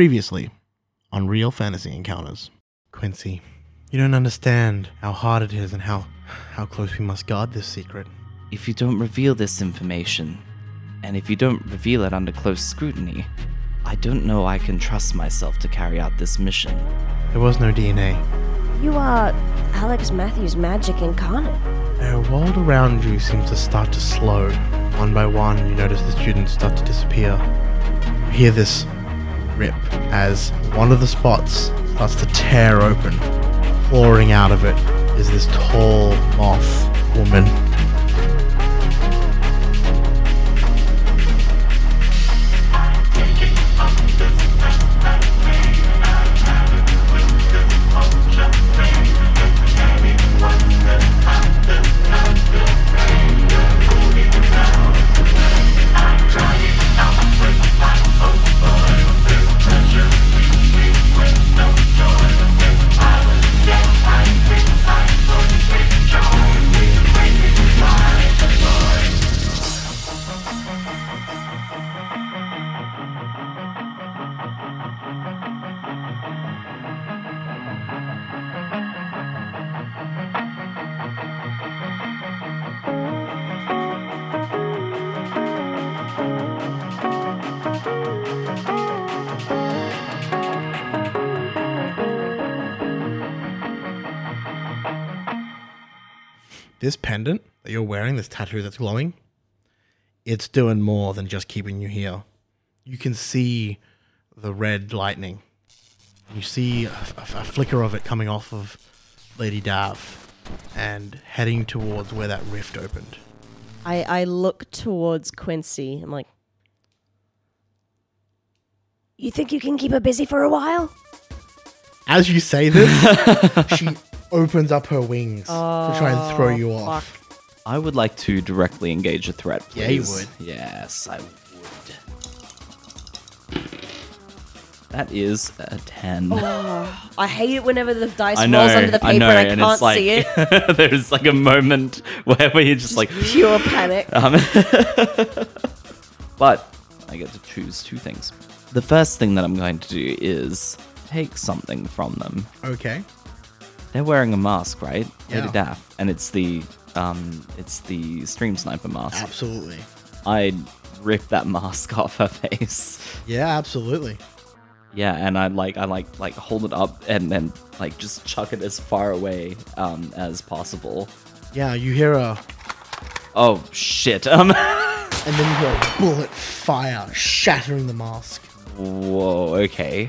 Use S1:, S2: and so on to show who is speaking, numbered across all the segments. S1: Previously, on Real Fantasy Encounters. Quincy, you don't understand how hard it is and how how close we must guard this secret.
S2: If you don't reveal this information, and if you don't reveal it under close scrutiny, I don't know I can trust myself to carry out this mission.
S1: There was no DNA.
S3: You are Alex Matthews magic incarnate.
S1: The world around you seems to start to slow. One by one, you notice the students start to disappear. You hear this rip as one of the spots starts to tear open. Pouring out of it is this tall moth woman. This pendant that you're wearing, this tattoo that's glowing, it's doing more than just keeping you here. You can see the red lightning. You see a, a- a flicker of it coming off of Lady Dav and heading towards where that rift opened.
S4: I, I look towards Quincy. I'm like,
S3: You think you can keep her busy for a while?
S1: As you say this, she opens up her wings to try and throw you off.
S2: I would like to directly engage a threat,
S1: Yeah, you
S2: please. Yes, I would. That is a 10.
S4: I hate it whenever the dice
S2: I know,
S4: Oh, rolls under the paper
S2: I know,
S4: and I
S2: and
S4: can't
S2: it's like,
S4: see it.
S2: there's like a moment where we're just like,
S4: Pure panic.
S2: Um, But I get to choose two things. The first thing that I'm going to do is take something from them.
S1: Okay.
S2: They're wearing a mask, right? Lady
S1: Yeah.
S2: Daff. And it's the um it's the stream sniper mask.
S1: Absolutely.
S2: I'd rip that mask off her face.
S1: Yeah, absolutely.
S2: Yeah, and I like I like like hold it up and then like just chuck it as far away um as possible.
S1: Yeah, you hear a
S2: Oh shit. Um
S1: and then you hear a bullet fire shattering the mask.
S2: Whoa, okay.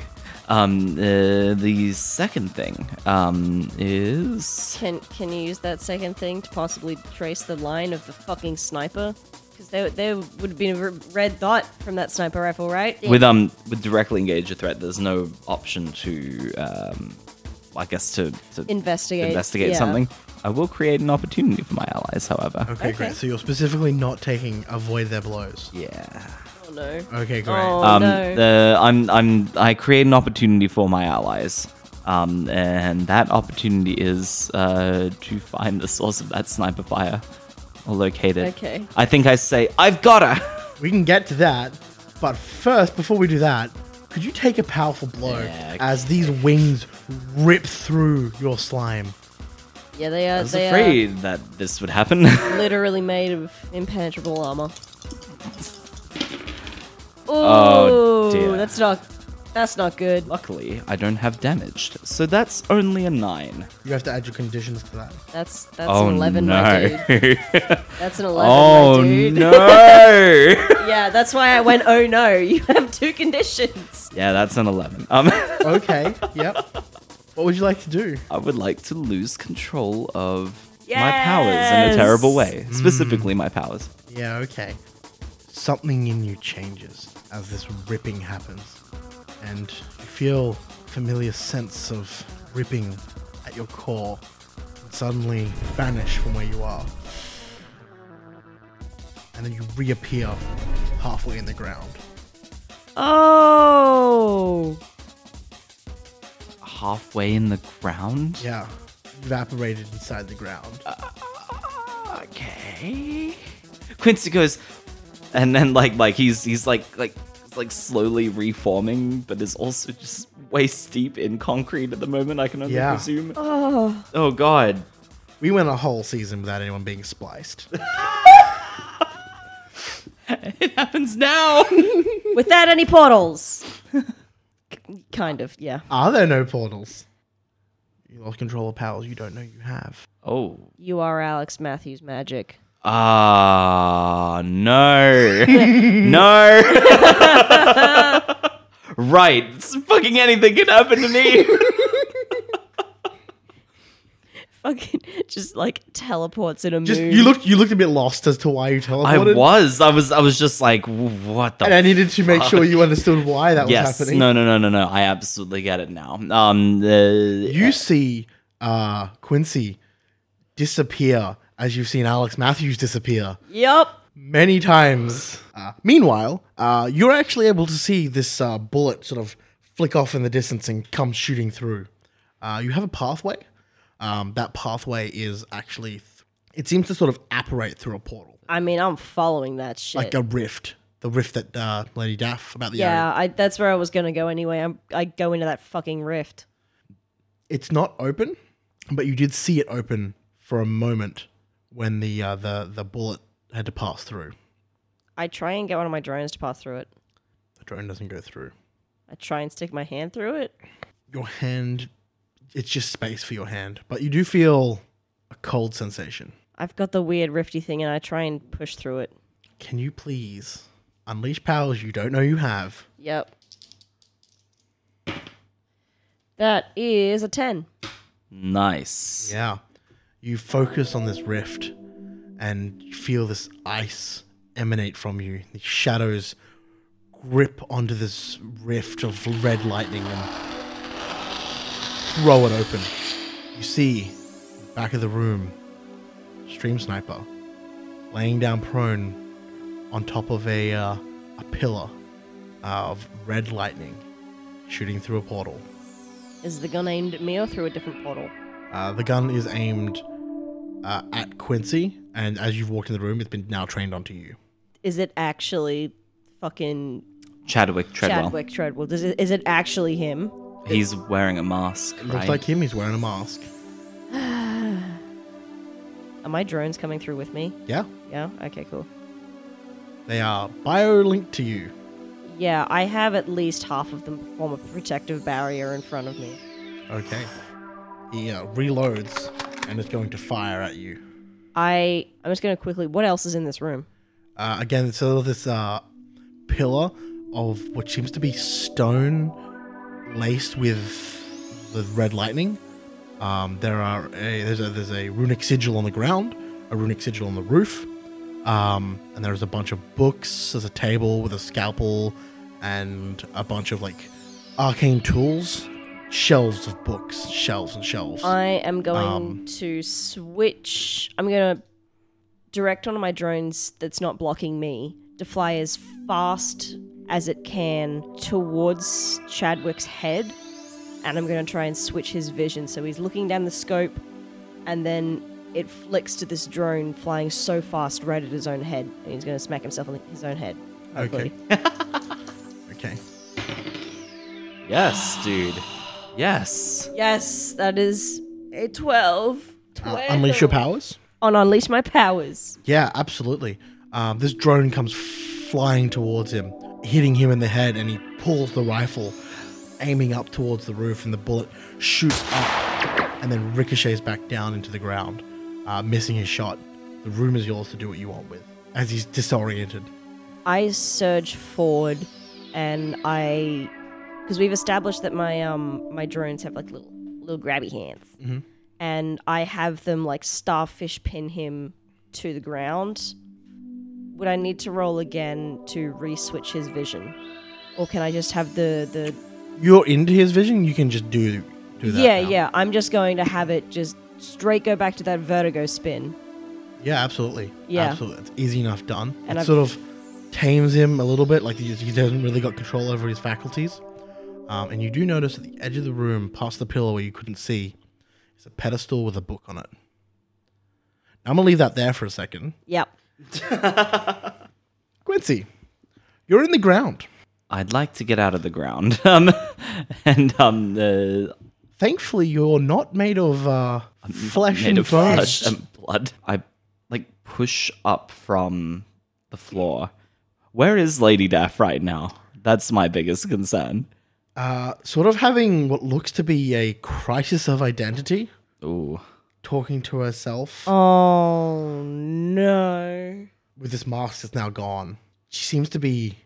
S2: Um uh, the second thing um is
S4: Can can you use that second thing to possibly trace the line of the fucking sniper? Because there, there would have been a r- red dot from that sniper rifle, right?
S2: with um with directly engage a threat there's no option to um i guess to, to
S4: Investigate,
S2: investigate
S4: yeah.
S2: something i will create an opportunity for my allies however
S1: Okay,
S4: Okay.
S1: great. So you're specifically not taking avoid their blows.
S2: yeah
S4: Oh no.
S1: Okay, great.
S4: Oh
S2: um
S4: no.
S2: the, i'm i'm i create an opportunity for my allies um and that opportunity is uh to find the source of that sniper fire or locate it
S4: Okay.
S2: i think i say i've got her
S1: We can get to that, but first, before we do that, could you take a powerful blow
S2: Yeah,
S1: as these wings rip through your slime?
S4: yeah, they are.
S2: i was
S4: they
S2: afraid that this would happen
S4: are literally made of impenetrable armor. Ooh,
S2: Oh, dear.
S4: that's not. That's not good.
S2: Luckily, I don't have damaged, so that's only a nine.
S1: You have to add your conditions to that.
S4: That's that's an eleven, my dude. That's an eleven,
S2: oh
S4: my dude.
S2: no!
S4: Yeah, that's why I went. Oh no, you have two conditions.
S2: yeah, that's an eleven. Um,
S1: Okay, yep. What would you like to do?
S2: I would like to lose control of my powers in a terrible way, specifically my powers.
S1: Yeah, okay. Something in you changes as this ripping happens, and you feel familiar sense of ripping at your core and suddenly vanish from where you are. And then you reappear halfway in the ground.
S4: Oh,
S2: Halfway in the ground.
S1: Yeah. Evaporated inside the ground.
S2: Okay. Quincy goes, and then like like he's he's like like like slowly reforming, but is also just waist deep in concrete at the moment. I can only
S1: Yeah.
S2: presume. Oh. God.
S1: We went a whole season without anyone being spliced.
S2: It happens now.
S4: Without any portals. K- kind of, yeah.
S1: Are there no portals? You lost control of powers you don't know you have.
S2: oh.
S4: You are Alex Matthews magic.
S2: Ah, no. no. right. It's fucking anything can happen to me.
S4: Fucking just like teleports in a
S1: Just
S4: moon.
S1: you looked you looked a bit lost as to why you
S2: I
S1: teleported.
S2: was. I was I was just like, "W- what the
S1: and I needed to make sure you understood why that
S2: Yes.
S1: was happening.
S2: No, no, no, no, no. I absolutely get it now. Um the
S1: You see uh, Quincy disappear as you've seen Alex Matthews disappear
S4: Yup.
S1: many times. Uh, meanwhile, uh, you're actually able to see this uh, bullet sort of flick off in the distance and come shooting through. Uh, you have a pathway. Um, that pathway is actually, th- it seems to sort of apparate through a portal,
S4: I mean, I'm following that shit.
S1: like a rift. The rift that uh, Lady Daff about the
S4: yeah,
S1: area.
S4: I, that's where I was gonna go anyway. I'm, I go into that fucking rift.
S1: It's not open, but you did see it open for a moment when the uh, the the bullet had to pass through.
S4: I try and get one of my drones to pass through it.
S1: The drone doesn't go through.
S4: I try and stick my hand through it.
S1: your hand it's just space for your hand but you do feel a cold sensation
S4: I've got the weird rifty thing, and I try and push through it.
S1: can you please unleash powers you don't know you have
S4: Yep. That is a ten.
S2: Nice.
S1: yeah you focus on this rift and you feel this ice emanate from you the shadows grip onto this rift of red lightning and throw it open you see in the back of the room stream sniper laying down prone on top of a, uh, a pillar of red lightning shooting through a portal
S4: Is the gun aimed at me or through a different portal?
S1: uh, the gun is aimed uh, at Quincy, and as you've walked in the room, it's been now trained onto you.
S4: Is it actually fucking
S2: Chadwick Treadwell.
S4: Chadwick Treadwell? Does it, is it actually him?
S2: He's wearing a mask,
S1: It
S2: right?
S1: looks like him. He's wearing a mask.
S4: Are my drones coming through with me?
S1: Yeah,
S4: Yeah. Okay. Cool.
S1: they are bio linked to you.
S4: Yeah, I have at least half of them form a protective barrier in front of me.
S1: Okay. He uh, reloads and is going to fire at you.
S4: I I'm just gonna quickly. What else is in this room?
S1: Uh, again, so this uh, pillar of what seems to be stone laced with the red lightning. Um, there are a, there's a there's a runic sigil on the ground, a runic sigil on the roof, um, and there's a bunch of books. There's a table with a scalpel and a bunch of like arcane tools, shelves of books, shelves and shelves.
S4: I am going
S1: Um,
S4: to switch. I'm gonna direct one of my drones that's not blocking me to fly as fast as it can towards Chadwick's head, and I'm gonna try and switch his vision so he's looking down the scope, and then it flicks to this drone flying so fast right at his own head, and he's gonna smack himself on his own head. Hopefully.
S1: okay. okay.
S2: Yes, dude. Yes.
S4: Yes, that is a 12.
S1: Uh, unleash your powers.
S4: On Unleash My Powers.
S1: Yeah, absolutely. Um, this drone comes flying towards him, hitting him in the head, and he pulls the rifle, aiming up towards the roof, and the bullet shoots up and then ricochets back down into the ground, uh, missing his shot. The room is yours to do what you want with, as he's disoriented.
S4: I surge forward and I. Because we've established that my um my drones have like little little grabby hands,
S1: Mm-hmm.
S4: and I have them like starfish pin him to the ground. Would I need to roll again to re-switch his vision, or can I just have the the
S1: You're into his vision. You can just do do that.
S4: yeah
S1: now.
S4: yeah? I'm just going to have it just straight go back to that vertigo spin.
S1: yeah, absolutely.
S4: Yeah.
S1: absolutely. It's easy enough done.
S4: And
S1: it
S4: I've-
S1: sort of tames him a little bit, like he, he hasn't really got control over his faculties. Um, and you do notice at the edge of the room, past the pillar where you couldn't see, is a pedestal with a book on it. I'm gonna leave that there for a second.
S4: Yep.
S1: Quincy, you're in the ground.
S2: I'd like to get out of the ground. Um, and um, uh,
S1: Thankfully, you're not made of uh, flesh
S2: made
S1: and
S2: of
S1: bone.
S2: flesh Um, and blood. I like push up from the floor. Where is Lady Daff right now? That's my biggest concern.
S1: Uh, sort of having what looks to be a crisis of identity,
S2: Ooh.
S1: talking to herself
S4: Oh no.
S1: with this mask that's now gone. She seems to be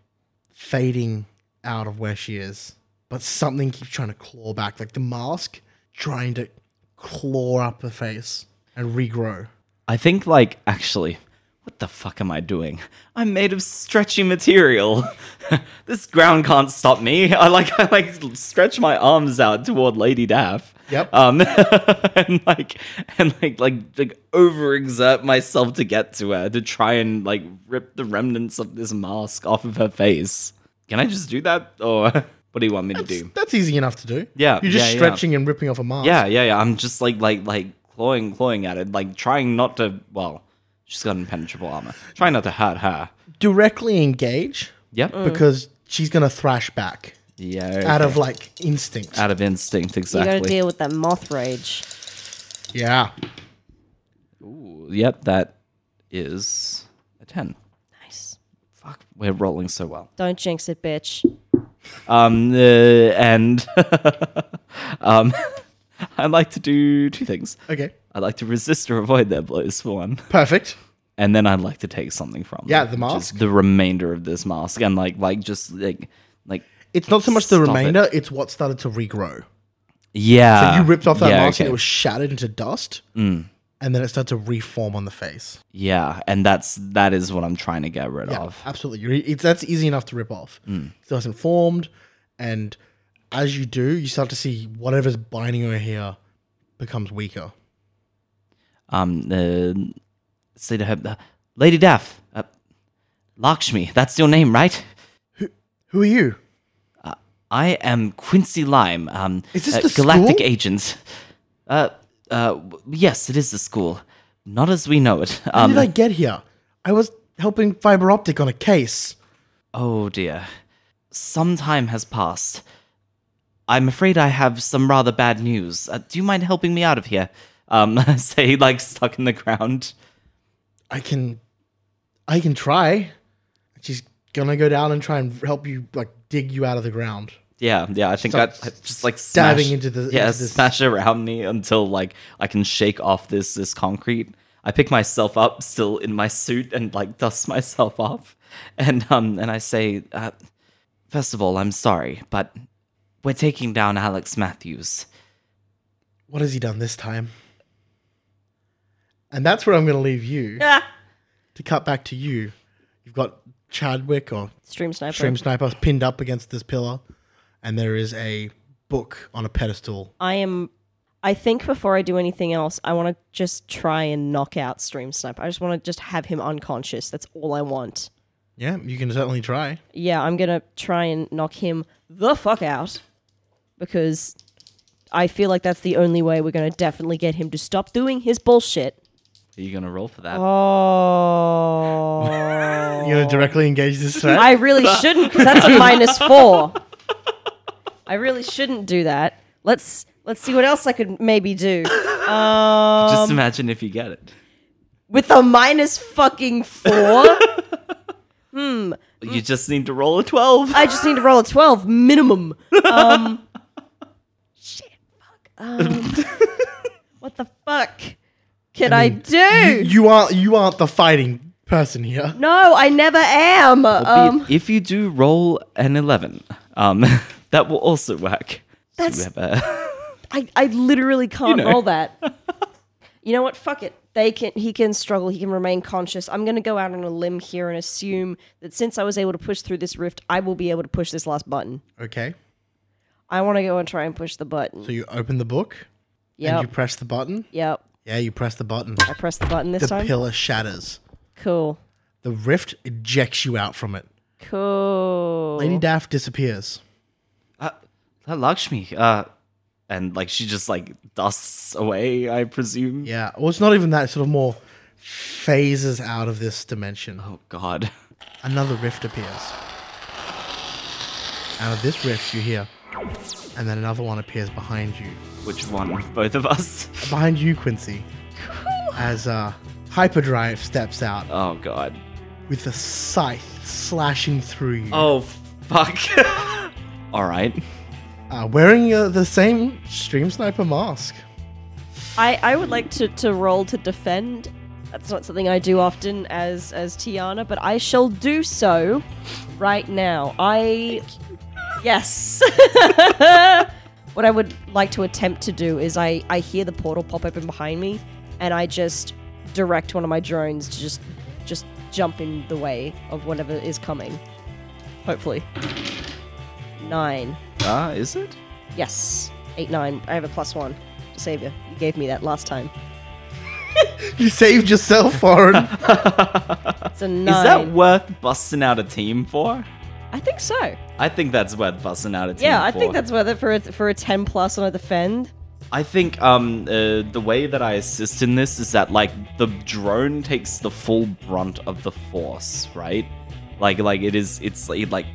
S1: fading out of where she is, but something keeps trying to claw back, like the mask trying to claw up her face and regrow.
S2: I think like actually, what the fuck am I doing? I'm made of stretchy material. this ground can't stop me. I like I like stretch my arms out toward Lady Daff.
S1: Yep.
S2: Um and like and like like like overexert myself to get to her to try and like rip the remnants of this mask off of her face. Can I just do that? Or what do you want me to do?
S1: That's easy enough to do.
S2: Yeah,
S1: You're just
S2: yeah, yeah.
S1: stretching and ripping off a mask.
S2: Yeah, yeah, yeah. I'm just like like like clawing, clawing at it, like trying not to. Well, she's got impenetrable armor. Trying not to hurt her.
S1: Directly engage
S2: Yep.
S1: because she's going to thrash back
S2: Yeah.
S1: Mm. out of like instinct.
S2: out of instinct,
S4: You gotta
S2: exactly.
S4: deal with that moth rage.
S1: yeah.
S2: yep, that is a ten.
S4: Nice.
S2: Fuck, we're rolling so well.
S4: Don't jinx it, bitch.
S2: Um, uh, and um, I like to do two things.
S1: Okay.
S2: I like to resist or avoid their blows for one.
S1: Perfect.
S2: and then I'd like to take something from
S1: Yeah,
S2: them,
S1: the
S2: which is
S1: mask.
S2: the remainder of this mask, and like like just like like
S1: It's not so much the
S2: Stop it.
S1: remainder, it's what started to regrow.
S2: yeah.
S1: you ripped off that
S2: Ah, yeah,
S1: mask and
S2: okay. Mm.
S1: it was shattered into dust. And then it started to reform on the face.
S2: yeah, and that's that is what I'm trying to get rid
S1: Yeah,
S2: of. Mm.
S1: absolutely. You're, it's, that's easy enough to rip off. It's So it's informed, and as you do, you start to see whatever's binding her here becomes weaker.
S2: Um, uh, say to her, uh, Lady Daff, uh, Lakshmi, that's your name, right?
S1: Who are you?
S2: I am Quincy Lime. Um,
S1: Is this
S2: uh,
S1: the
S2: Galactic
S1: school?
S2: Agent? Uh, uh, w- yes, it is the school. Not as we know it.
S1: How
S2: Um,
S1: did I get here? I was helping fiber optic on a case.
S2: Oh dear. Some time has passed. I'm afraid I have some rather bad news. Uh, do you mind helping me out of here? Um, I say, like, stuck in the ground.
S1: I can, I can try. She's gonna go down and try and help you, like dig you out of the ground.
S2: Yeah, yeah, I think I, I
S1: Start
S2: just, like, smash,
S1: diving into the-
S2: Yeah,
S1: into this-
S2: smash around me until, like, I can shake off this, this concrete. I pick myself up, still in my suit, and, like, dust myself off. And, um, and I say, uh, first of all, I'm sorry, but we're taking down Alex Matthews.
S1: What has he done this time? And that's where I'm gonna leave you to cut back to you. You've got Chadwick or
S4: Stream sniper.
S1: Stream Sniper pinned up against this pillar, and there is a book on a pedestal.
S4: I am. I think before I do anything else, I want to just try and knock out Stream Sniper. I just want to just have him unconscious. That's all I want.
S1: Yeah, you can certainly try.
S4: Yeah, I'm gonna try and knock him the fuck out because I feel like that's the only way we're gonna definitely get him to stop doing his bullshit.
S2: Are you going to roll for that?
S4: Oh.
S1: You're gonna directly engage this threat.
S4: I really shouldn't. 'cause That's a minus four. I really shouldn't do that. Let's let's see what else I could maybe do
S2: Just
S4: Um,
S2: imagine if you get it.
S4: with a minus fucking four.
S2: You just need to roll a 12.
S4: mm. I just need to roll a twelve minimum. Um, shit, fuck. Um, what the fuck can I, do?
S1: you are you aren't the fighting person here.
S4: no, I never am. Um,
S2: if you do roll an 11, um, that will also work. So
S4: That's-
S2: we have a-
S4: I, I literally can't
S2: know.
S4: roll that. you know what? Fuck it. They can he can struggle, he can remain conscious. I'm gonna go out on a limb here and assume that since I was able to push through this rift, I will be able to push this last button.
S1: Okay,
S4: I wanna go and try and push the button.
S1: so you open the book and
S4: Yep.
S1: you press the button.
S4: yep.
S1: Yeah, you press the button.
S4: I pressed the button this
S1: The
S4: time.
S1: pillar shatters.
S4: Cool.
S1: The rift ejects you out from it.
S4: Cool.
S1: Lady Daff disappears.
S2: uh, uh, Lakshmi. Uh, and like she just like dusts away, I presume.
S1: Yeah, well, it's not even that. It's sort of more phases out of this dimension.
S2: Oh, God.
S1: Another rift appears. Out of this rift, you hear, and then another one appears behind you.
S2: Which one? Both of us?
S1: Behind you, Quincy, as uh, Hyperdrive steps out
S2: Oh god.
S1: with a scythe slashing through you.
S2: Oh fuck. All right.
S1: uh, wearing uh, the same stream sniper mask.
S4: I, I would like to, to roll to defend. That's not something I do often as as Tiana, but I shall do so right now. I yes. what I would like to attempt to do is I I hear the portal pop open behind me, and I just direct one of my drones to just just jump in the way of whatever is coming. Hopefully, nine.
S2: Ah, is it?
S4: Yes, eight nine. I have a plus one to save you. You gave me that last time.
S1: You saved yourself, Foreign.
S4: It's a
S2: Is
S4: nine.
S2: that worth busting out a team for?
S4: I think so.
S2: I think that's worth busting out a team
S4: yeah, I
S2: for.
S4: think that's worth it for a, for a ten plus on a defend.
S2: I think um uh, the way that I assist in this is that like the drone takes the full brunt of the force, right? Like like it is it's it like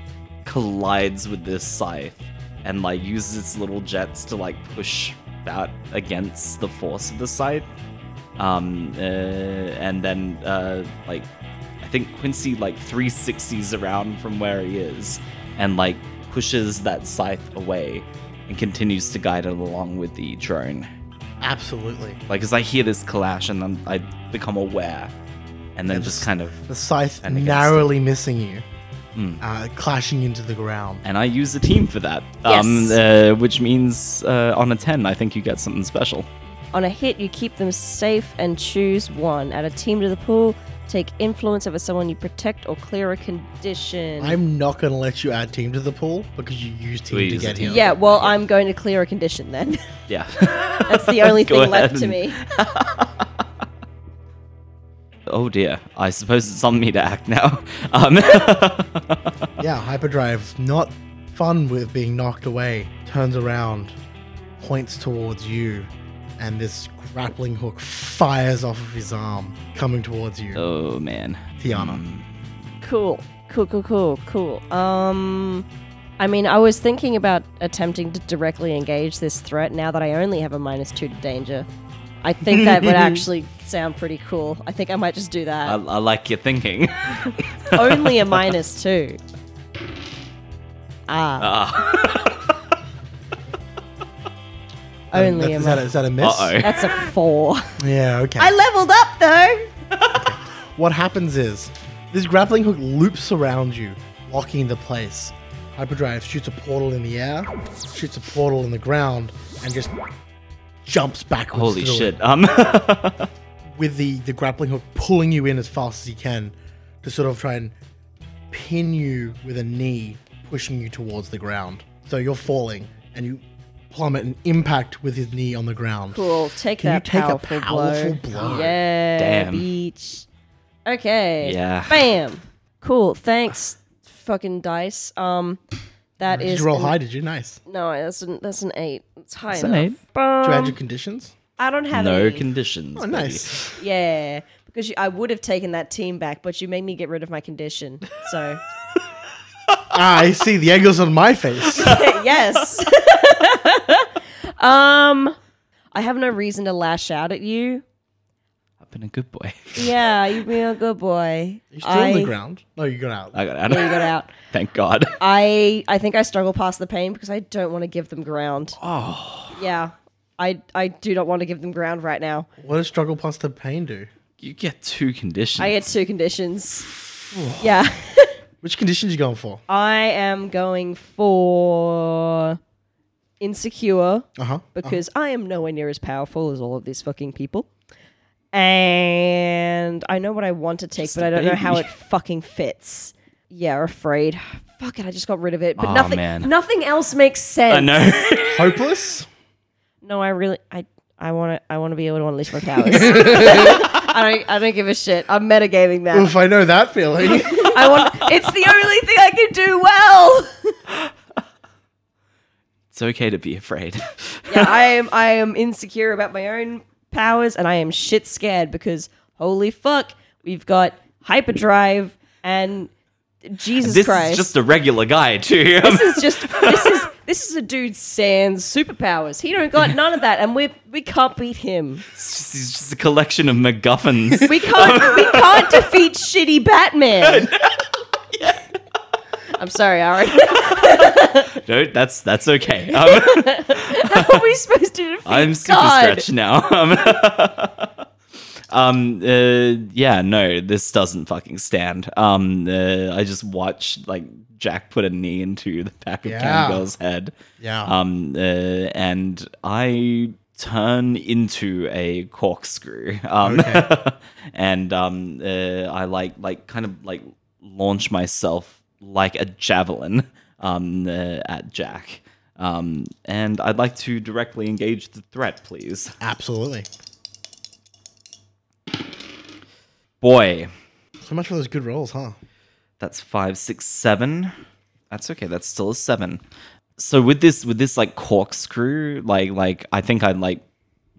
S2: collides with this scythe and like uses its little jets to like push out against the force of the scythe. Um uh, and then uh like I think Quincy like 360s around from where he is and like pushes that scythe away and continues to guide it along with the drone.
S1: Absolutely.
S2: Like as I hear this clash and then I become aware and then
S1: And
S2: just
S1: s-
S2: kind of
S1: The scythe
S2: And against
S1: narrowly missing you,
S2: Mm.
S1: uh, clashing into the ground.
S2: and I use the team for that.
S4: Yes.
S2: uh, which means uh, on a 10 I think you get something special.
S4: On a hit, you keep them safe and choose one. Add a team to the pool. Take influence over someone you protect or clear a condition.
S1: I'm not going to let you add team to the pool because you used team
S2: We
S1: to
S2: use a
S1: get
S2: team.
S1: here.
S4: yeah, well, I'm going to clear a condition then.
S2: Yeah.
S4: That's the only
S2: Go
S4: thing left
S2: ahead
S4: to
S2: and-
S4: me.
S2: oh dear. I suppose it's on me to act now. Um,
S1: Yeah, hyperdrive, not fun with being knocked away, turns around, points towards you, and this grappling hook fires off of his arm, coming towards you.
S2: oh man.
S1: Tiana.
S4: Cool. Cool, cool, cool, cool. Um I mean, I was thinking about attempting to directly engage this threat now that I only have a minus two to danger. I think that would actually sound pretty cool. I think I might just do
S2: I,
S4: that.
S2: I like your thinking.
S4: only a minus two. Ah. only
S1: That's- is, that,
S4: a minus.
S1: is that a miss?
S2: Uh oh.
S4: That's a four.
S1: Yeah, okay.
S4: I leveled up though.
S1: What happens is this grappling hook loops around you, locking into place. Hyperdrive shoots a portal in the air, shoots a portal in the ground, and just jumps backwards.
S2: Holy
S1: through
S2: shit.
S1: it
S2: Um,
S1: with the, the grappling hook pulling you in as fast as he can to sort of try and pin you with a knee, pushing you towards the ground. So you're falling and you plummet and impact with his knee on the ground.
S4: Cool. Take
S1: Can you
S4: that
S1: take a
S4: powerful,
S1: powerful
S4: blow.
S1: blow?
S4: Yeah.
S2: Damn.
S4: Beach. Okay.
S2: Yeah.
S4: Bam. Cool. Thanks, fucking dice. Um, that
S1: Did
S4: is Uh-huh.
S1: you roll
S4: an-
S1: high? Did you? Nice.
S4: No, that's an that's an eight. It's high
S2: That's an
S4: enough.
S1: Do you add
S4: Bum.
S1: your conditions?
S4: I don't have
S2: no
S4: any.
S2: conditions.
S1: Oh,
S2: baby.
S1: nice.
S4: yeah, because you, I would have taken that team back, but you made me get rid of my condition. So
S1: Ah, I see the angles on my face.
S4: yes. um, I have no reason to lash out at you.
S2: I've been a good boy.
S4: Yeah, you've been a good boy.
S1: You're still on
S4: I-
S1: the ground. No, you got out.
S2: I got out.
S4: Yeah, you got out.
S2: Thank God.
S4: I I think I struggle past the pain because I don't want to give them ground. Oh. Yeah. I I do not want to give them ground right now.
S1: What does struggle plus the pain do?
S2: You get two conditions.
S4: I get two conditions. yeah.
S1: Which conditions you going for?
S4: I am going for insecure
S1: Uh
S2: Uh-huh.
S1: huh.
S4: because I am nowhere near as powerful as all of these fucking people. And I know what I want to take,
S2: Just
S4: but
S2: a
S4: I don't know how it
S2: baby.
S4: fucking fits. Yeah, afraid. Fuck it, I just got rid of it. But
S2: Aw,
S4: nothing
S2: man.
S4: nothing else makes sense.
S2: I know.
S1: Hopeless.
S4: No, I really, I, I want to, I want to be able to unleash my powers. I don't, I don't give a shit. I'm metagaming that.
S1: If I know that feeling.
S4: I want. It's the only thing I can do well.
S2: it's okay to be afraid.
S4: yeah, I am. I am insecure about my own powers, and I am shit scared because holy fuck, we've got hyperdrive and Jesus
S2: this
S4: Christ.
S2: is just a regular guy too.
S4: this is just this is this is a dude sans superpowers. He don't got none of that, and we we can't beat him.
S2: It's just- he's just a collection of MacGuffins.
S4: We can't we can't defeat shitty Batman. I'm sorry, Aaron.
S2: No, that's that's okay. Um,
S4: How are we supposed to defeat
S2: I'm super
S4: God?
S2: stretched now. Um, um, uh, yeah, no, this doesn't fucking stand. Um, uh, I just watched like Jack put a knee into the back of
S1: Yeah.
S2: Cam Girl's head.
S1: Yeah.
S2: Um, uh, and I turn into a corkscrew. Um, and um, uh, I like like kind of like launch myself like a javelin um, uh, at Jack. Um, and I'd like to directly engage the threat, please.
S1: Absolutely.
S2: Boy,
S1: So much for those good rolls, huh?
S2: that's five, six, seven. That's okay. That's still a seven. So with this, with this like corkscrew, like like I think I like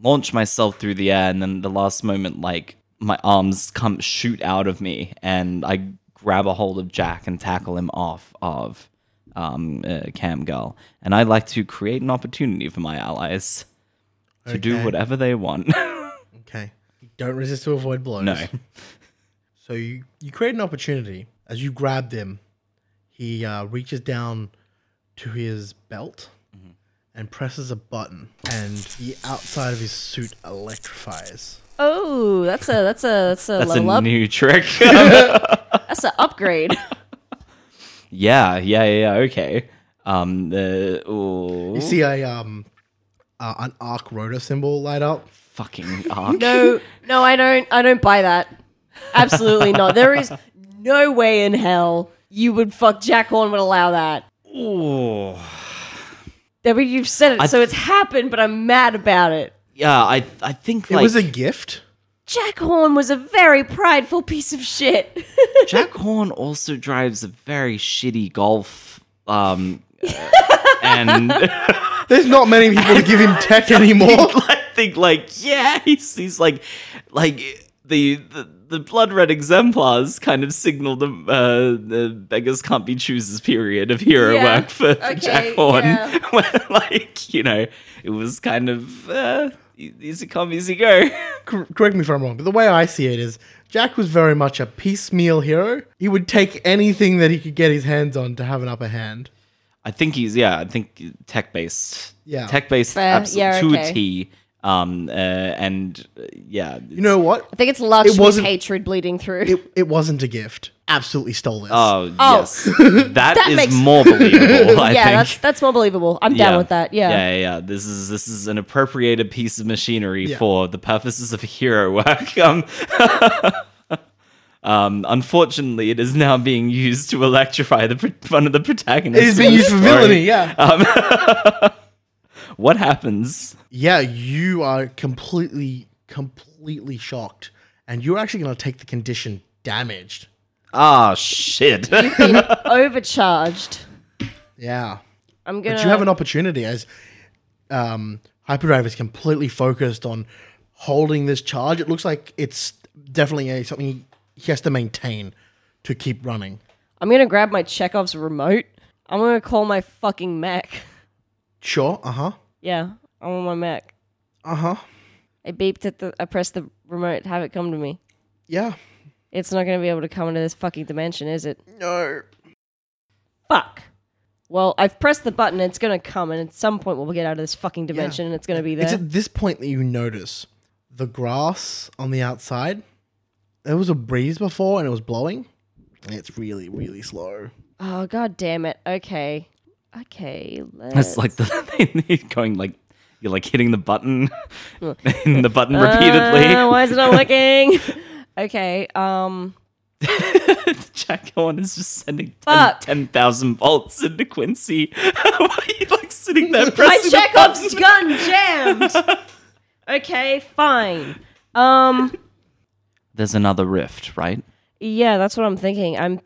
S2: launch myself through the air, and then the last moment, like my arms come shoot out of me, and I grab a hold of Jack and tackle him off of um, uh, Cam Girl, and I like to create an opportunity for my allies to do
S1: Okay.
S2: whatever they want.
S1: Okay. Don't resist to avoid blows.
S2: no,
S1: So you, you create an opportunity. As you grab him, he uh, reaches down to his belt
S2: Mm-hmm.
S1: and presses a button, and the outside of his suit electrifies.
S4: Oh, that's a that's a that's a
S2: that's a
S4: level up.
S2: new trick.
S4: that's an upgrade.
S2: yeah, yeah, yeah. yeah, Okay. Um. Uh, ooh.
S1: You see a um, uh, an arc rotor symbol light up.
S2: fucking arc.
S4: No, no, I don't. I don't buy that. Absolutely not. There is no way in hell you would fuck Jack Horn would allow that. I mean, you've said it,
S2: I-
S4: so it's happened, but I'm mad about it.
S2: Yeah, I I think
S1: It
S2: like
S1: was a gift.
S4: Jack Horn was a very prideful piece of shit.
S2: Jack Horn also drives a very shitty golf. Um, uh, and I
S1: There's not many people to give him tech anymore.
S2: think like yeah, he's he's like like the the. The blood red exemplars kind of signal the, uh, the beggars can't be choosers period of hero
S4: Yeah.
S2: work for, for
S4: Okay,
S2: Jack Horn.
S4: yeah.
S2: When, like, you know, it was kind of uh, easy come, easy go.
S1: Cor- Correct me if I'm wrong, but the way I see it is Jack was very much a piecemeal hero. He would take anything that he could get his hands on to have an upper hand.
S2: I think he's yeah. I think tech based.
S1: Yeah.
S2: tech based.
S4: Fair,
S2: Absolutely
S4: yeah,
S2: to a
S4: okay.
S2: T. Um uh, and uh, yeah.
S1: You know what?
S4: I think it's Lakshmi's
S1: It wasn't-
S4: hatred bleeding through.
S1: It, it wasn't a gift. Absolutely stole this.
S2: Oh,
S4: Oh.
S2: yes, that, that is
S4: makes-
S2: more believable. I
S4: yeah,
S2: think.
S4: that's that's more believable. I'm down with that. Yeah.
S2: yeah, yeah. This is this is an appropriated piece of machinery
S1: Yeah.
S2: for the purposes of hero work. Um, um, unfortunately, it is now being used to electrify the pro- one of the protagonists.
S1: it is
S2: of
S1: being
S2: the
S1: used for
S2: story.
S1: villainy, yeah.
S2: What happens?
S1: yeah, you are completely, completely shocked. And you're actually going to take the condition damaged.
S2: Ah, shit.
S4: Been overcharged.
S1: Yeah.
S4: I'm gonna.
S1: But you have an opportunity as um, Hyperdrive is completely focused on holding this charge. It looks like it's definitely a, something he has to maintain to keep running.
S4: I'm gonna grab my Chekhov's remote. I'm gonna call my fucking Mac.
S1: Sure. Uh huh.
S4: Yeah, I'm on my Mac.
S1: Uh huh.
S4: I beeped at the. I pressed the remote. Have it come to me.
S1: Yeah.
S4: It's not gonna be able to come into this fucking dimension, is it?
S1: No.
S4: Fuck. Well, I've pressed the button. It's gonna come, and at some point we'll get out of this fucking dimension, and it's gonna be there.
S1: It's at this point that you notice the grass on the outside. There was a breeze before and it was blowing. And It's really, really slow.
S4: Oh god damn it. Okay. Okay. Let's...
S2: That's like the going like you're like hitting the button, hitting the button repeatedly.
S4: Uh, why is it not working? okay. Um
S2: Jack Horn is just sending
S4: Fuck.
S2: 10 10,000 volts into Quincy. Why are you like sitting there
S4: my
S2: pressing? the
S4: Chekhov's gun jammed. okay, fine. Um
S2: button? There's another rift, right?
S4: yeah, that's what I'm thinking. I'm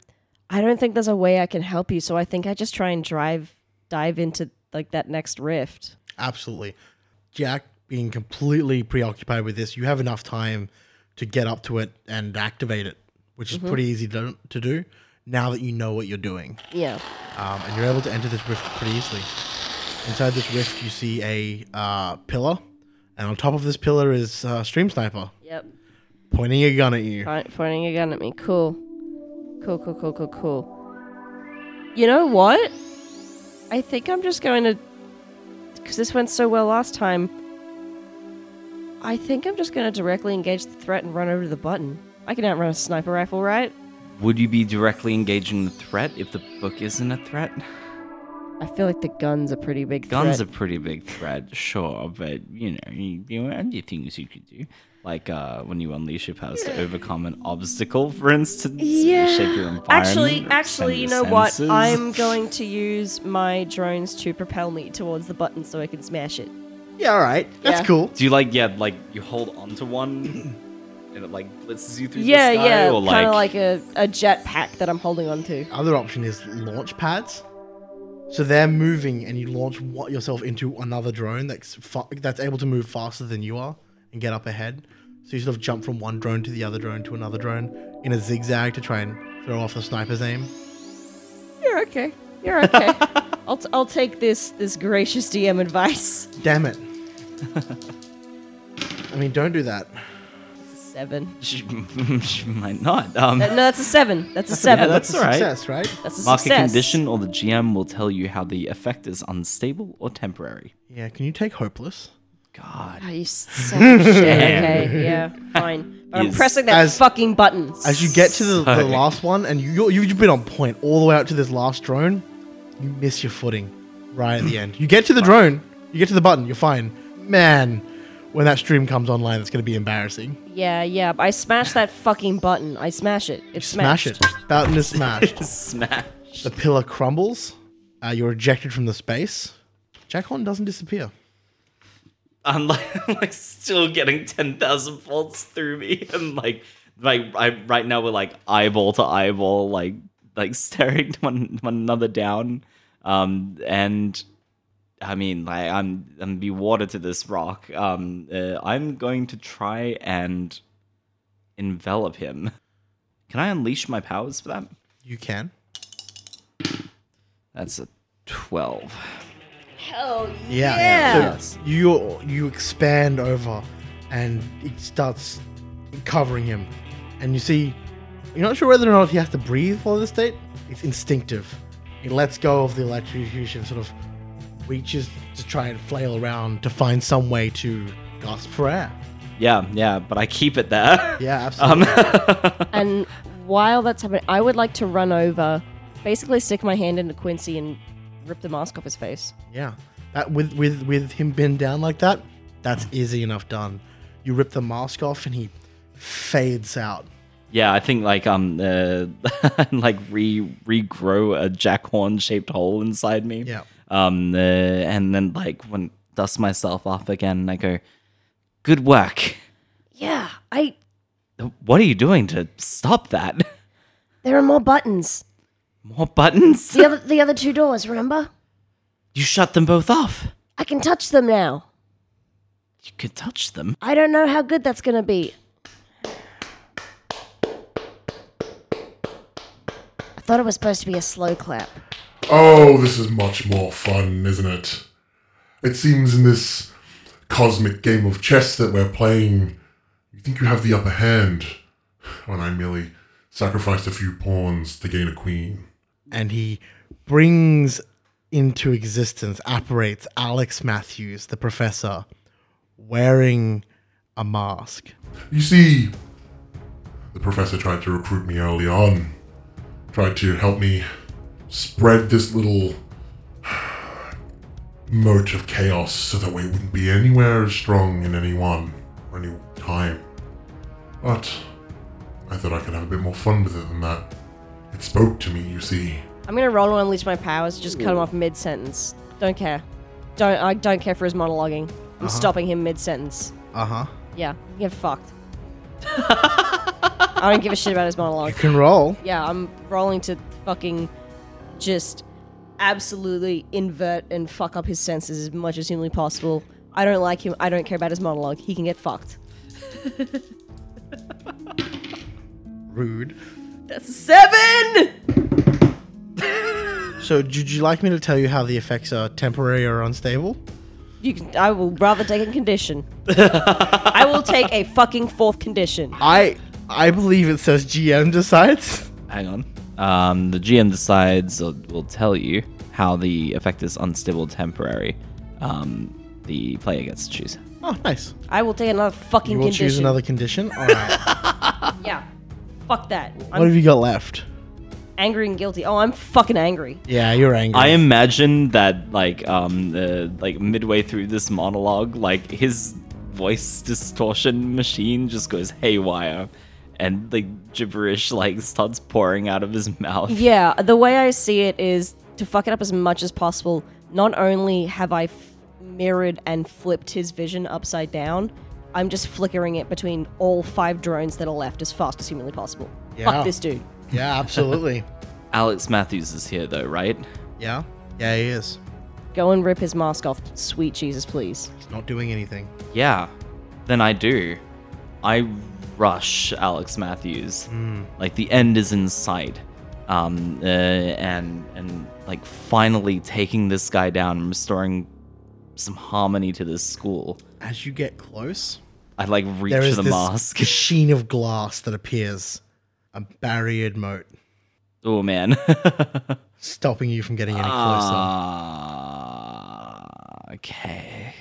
S4: I don't think there's a way I can help you, so I think I just try and drive dive into like that next rift.
S1: Absolutely. Jack being completely preoccupied with this, you have Mm-hmm. enough time to get up to it and activate it, which is pretty easy to, to do. now that you know what you're doing.
S4: Yeah.
S1: um, and you're able to enter this rift pretty easily. Inside this rift, you see a uh, pillar, and on top of this pillar is uh, Stream Sniper
S4: Yep.
S1: pointing a gun at you.
S4: Right, pointing a gun at me. Cool. Cool, cool, cool, cool, cool. You know what? I think I'm just going to. Because this went so well last time. I think I'm just going to directly engage the threat and run over to the button. I can outrun a sniper rifle, right?
S2: Would you be directly engaging the threat if the book isn't a threat?
S4: I feel like the gun's a pretty big
S2: Guns
S4: threat.
S2: a pretty big threat, sure, but you know, you, you have other things you could do, like uh, when you unleash your powers to overcome an obstacle, for instance, shape your environment.
S4: Actually,
S2: expand
S4: actually, you
S2: your
S4: know what?
S2: senses.
S4: I'm going to use my drones to propel me towards the button so I can smash it.
S1: Yeah, all right, that's
S4: Yeah.
S1: cool.
S2: Do you like yeah, like you hold onto one and it like blitzes you through
S4: Yeah,
S2: the sky,
S4: yeah,
S2: or
S4: kind
S2: like,
S4: of like a, a jet pack that I'm holding onto.
S1: Other option is launch pads. So they're moving, and you launch what yourself into another drone that's fa- that's able to move faster than you are and get up ahead. So you sort of jump from one drone to the other drone to another drone in a zigzag to try and throw off the sniper's aim.
S4: You're okay. You're okay. I'll, t- I'll take this this gracious DM advice.
S1: Damn it! I mean, don't do that.
S4: It's a seven.
S2: she, she might not. Um,
S4: Uh, no, that's a seven. That's a seven.
S2: that's-
S1: It's a
S2: all right.
S1: success, right?
S4: That's a
S2: mark
S4: success.
S2: a condition, or the GM will tell you how the effect is unstable or temporary.
S1: Yeah, can you take hopeless?
S2: God,
S4: Oh, you sack of shit. Okay, yeah, fine. But I'm
S2: Yes.
S4: pressing that
S1: As-
S4: fucking button.
S1: As you get to the, the
S2: Sorry.
S1: last one, and you, you've you've been on point all the way up to this last drone, you miss your footing right at the end. You get to the drone, you get to the button, you're fine. Man, when that stream comes online, it's going to be embarrassing.
S4: Yeah, yeah. but I smash that fucking button. I smash it. It's
S1: Smash it.
S4: smashed.
S1: Button is smashed.
S2: smash.
S1: the pillar crumbles. Uh, you're ejected from the space. Jack Horn doesn't disappear.
S2: I'm like, I'm like still getting 10,000 volts through me. And like, like I, right now we're like eyeball to eyeball, like, like staring one, one another down. Um, and I mean, like I'm, I'm be water to this rock. Um, uh, I'm going to try and envelop him. Can I unleash my powers for that?
S1: You can.
S2: That's a 12.
S4: Hell
S1: Yeah.
S4: Yeah.
S1: So you you expand over, and it starts covering him, and you see. You're not sure whether or not he has to breathe while in this state. It's instinctive. He lets go of the electrocution, sort of reaches to try and flail around to find some way to gasp for air. Um,
S2: Yeah, yeah, but I keep it there.
S1: Yeah, absolutely.
S4: And while that's happening, I would like to run over, basically stick my hand into Quincy and rip the mask off his face.
S1: Yeah, that with with with him pinned down like that, that's easy enough done. You rip the mask off, and he fades out.
S2: Yeah, I think like um uh, like re regrow a jack horn shaped hole inside me.
S1: Yeah.
S2: Um uh, and then like when dust myself off again, I go, "Good work.
S3: Yeah, I.
S2: What are you doing to stop that?
S3: There are more buttons.
S2: More buttons?
S3: The other, the other two doors. Remember?
S2: You shut them both off.
S3: I can touch them now.
S2: You could touch them.
S3: I don't know how good that's gonna be. I thought it was supposed to be a slow clap.
S5: Oh, this is much more fun, isn't it? It seems in this cosmic game of chess that we're playing, you think you have the upper hand when I merely sacrificed a few pawns to gain a queen.
S1: and he brings into existence, apparates Alex Matthews, the professor, wearing a mask.
S5: You see, the professor tried to recruit me early on, tried to help me spread this little moat of chaos so that we wouldn't be anywhere as strong in anyone or any time. But I thought I could have a bit more fun with it than that. It spoke to me, you see.
S4: I'm gonna roll and unleash my powers. Just cut him off mid sentence. Don't care. Don't I don't care for his monologuing. I'm stopping him mid sentence.
S1: Uh huh.
S4: Yeah, you get fucked. I don't give a shit about his monologue.
S1: You can roll.
S4: Yeah, I'm rolling to fucking just absolutely invert and fuck up his senses as much as humanly possible. I don't like him. I don't care about his monologue. He can get fucked.
S1: Rude.
S4: That's a seven.
S1: So, would you like me to tell you how the effects are temporary or unstable?
S4: You can, I will rather take a condition. I will take a fucking fourth condition.
S1: I I believe it says GM decides.
S2: Hang on. Um, the GM decides or will tell you how the effect is unstable temporary. Um, the player gets to choose.
S1: Oh, nice.
S4: I will take another fucking
S1: You will
S4: condition.
S1: choose another condition. All right.
S4: Yeah. Fuck that.
S1: what
S4: I'm
S1: have you got left?
S4: angry and guilty. Oh, I'm fucking angry.
S1: Yeah, you're angry.
S2: I imagine that like um uh, like midway through this monologue, like his voice distortion machine just goes haywire, and like gibberish like starts pouring out of his mouth.
S4: Yeah, the way I see it is to fuck it up as much as possible. Not only have I f- mirrored and flipped his vision upside down, I'm just flickering it between all five drones that are left as fast as humanly possible.
S1: Yeah.
S4: Fuck this dude.
S1: Yeah, absolutely.
S2: Alex Matthews is here though, right?
S1: yeah. Yeah, he is.
S4: Go and rip his mask off. Sweet Jesus, please.
S1: He's not doing anything.
S2: Yeah. Then I do. I rush Alex Matthews. Like the end is in sight. Um, uh, and and like finally taking this guy down and restoring some harmony to this school.
S1: As you get close,
S2: I like reach
S1: there
S2: for
S1: is
S2: the
S1: this
S2: mask.
S1: sheen of glass that appears, a barriered moat,
S2: oh man.
S1: stopping you from getting any closer.
S2: Ah, okay.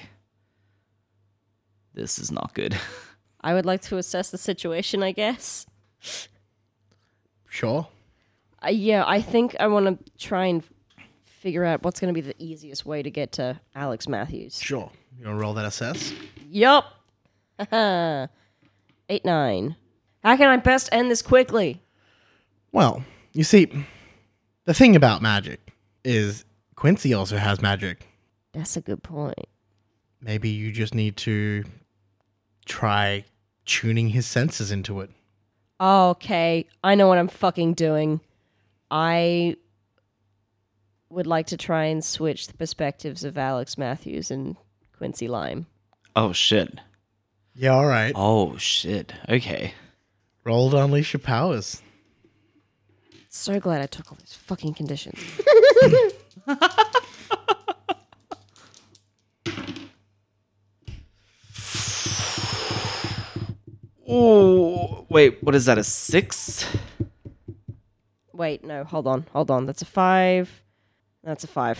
S2: This is not good.
S4: I would like to assess the situation, I guess.
S1: sure.
S4: Uh, yeah, I think I want to try and figure out what's going to be the easiest way to get to Alex Matthews.
S1: Sure. You want to roll that assess?
S4: Yup. Eight, nine. How can I best end this quickly?
S1: Well, you see, the thing about magic is Quincy also has magic.
S4: That's a good point.
S1: Maybe you just need to try tuning his senses into it.
S4: Okay, I know what I'm fucking doing. I would like to try and switch the perspectives of Alex Matthews and Quincy Lime.
S2: Oh shit.
S1: Yeah, all right.
S2: Oh shit. Okay.
S1: Roll to unleash your powers.
S4: So glad I took all these fucking conditions.
S2: Oh wait, what is that? A six?
S4: Wait, no, hold on, hold on. That's a five. That's a five.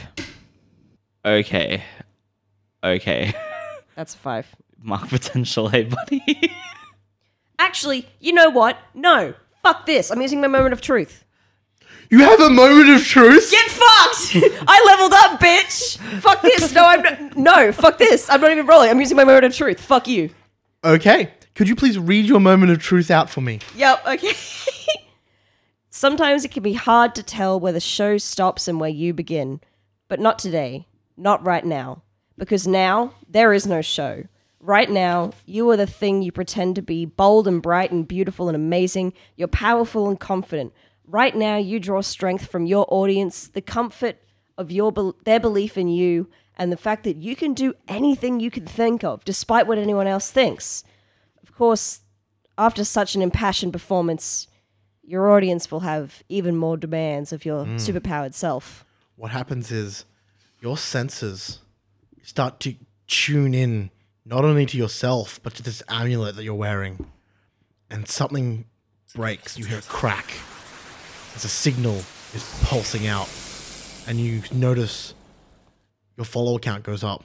S2: Okay. Okay.
S4: That's a five.
S2: Mark potential, hey buddy.
S4: Actually, you know what? No, fuck this. I'm using my moment of truth.
S1: You have a moment of truth?
S4: Get fucked! I leveled up, bitch. Fuck this. No, I'm not, no. Fuck this. I'm not even rolling. I'm using my moment of truth. Fuck you.
S1: Okay. Could you please read your moment of truth out for me?
S4: Yep. Okay. Sometimes it can be hard to tell where the show stops and where you begin, but not today. Not right now, because now there is no show. Right now, you are the thing you pretend to be bold and bright and beautiful and amazing. You're powerful and confident. Right now, you draw strength from your audience, the comfort of your bel their belief in you, and the fact that you can do anything you can think of, despite what anyone else thinks. Of course, after such an impassioned performance, your audience will have even more demands of your superpowered self.
S1: What happens is your senses start to tune in not only to yourself, but to this amulet that you're wearing. And something breaks. You hear a crack as a signal is pulsing out. And you notice your follower count goes up.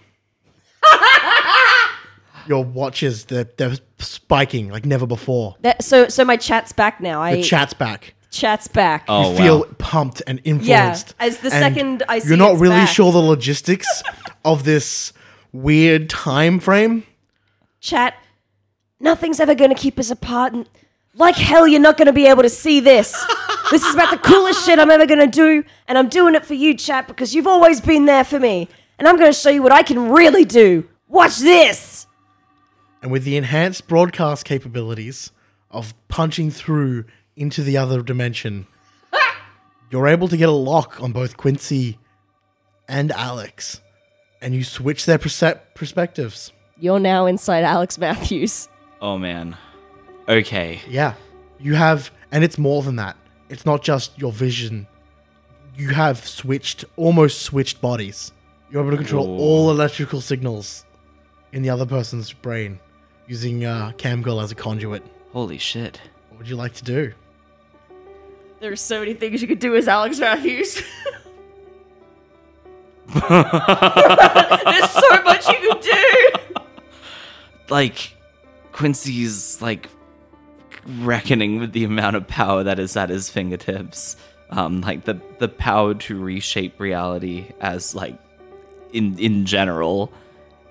S1: your watches, they're, they're spiking like never before.
S4: That, so, so my chat's back now. I
S1: The chat's back.
S4: chat's back.
S2: Oh
S1: you
S2: wow.
S1: feel pumped and influenced.
S4: as the
S1: And
S4: second I see
S1: you're not
S4: it's
S1: really
S4: back.
S1: sure the logistics of this weird time frame.
S4: Chat, nothing's ever going to keep us apart. And like hell, you're not going to be able to see this. this is about the coolest shit I'm ever going to do, and I'm doing it for you, chat, because you've always been there for me, and I'm going to show you what I can really do. Watch this.
S1: And with the enhanced broadcast capabilities of punching through into the other dimension, you're able to get a lock on both Quincy and Alex, and you switch their perse- perspectives.
S4: You're now inside Alex Matthews.
S2: Oh man. Okay.
S1: Yeah, you have, and it's more than that. it's not just your vision. You have switched, almost switched bodies. You're able to control
S2: Ooh.
S1: all electrical signals in the other person's brain using uh, Camgirl as a conduit.
S2: Holy shit.
S1: What would you like to do?
S6: There are so many things you could do as Alex Matthews. There's so much you could do.
S2: Like, Quincy's, like, reckoning with the amount of power that is at his fingertips. Um, like, the, the power to reshape reality as, like, in, in general.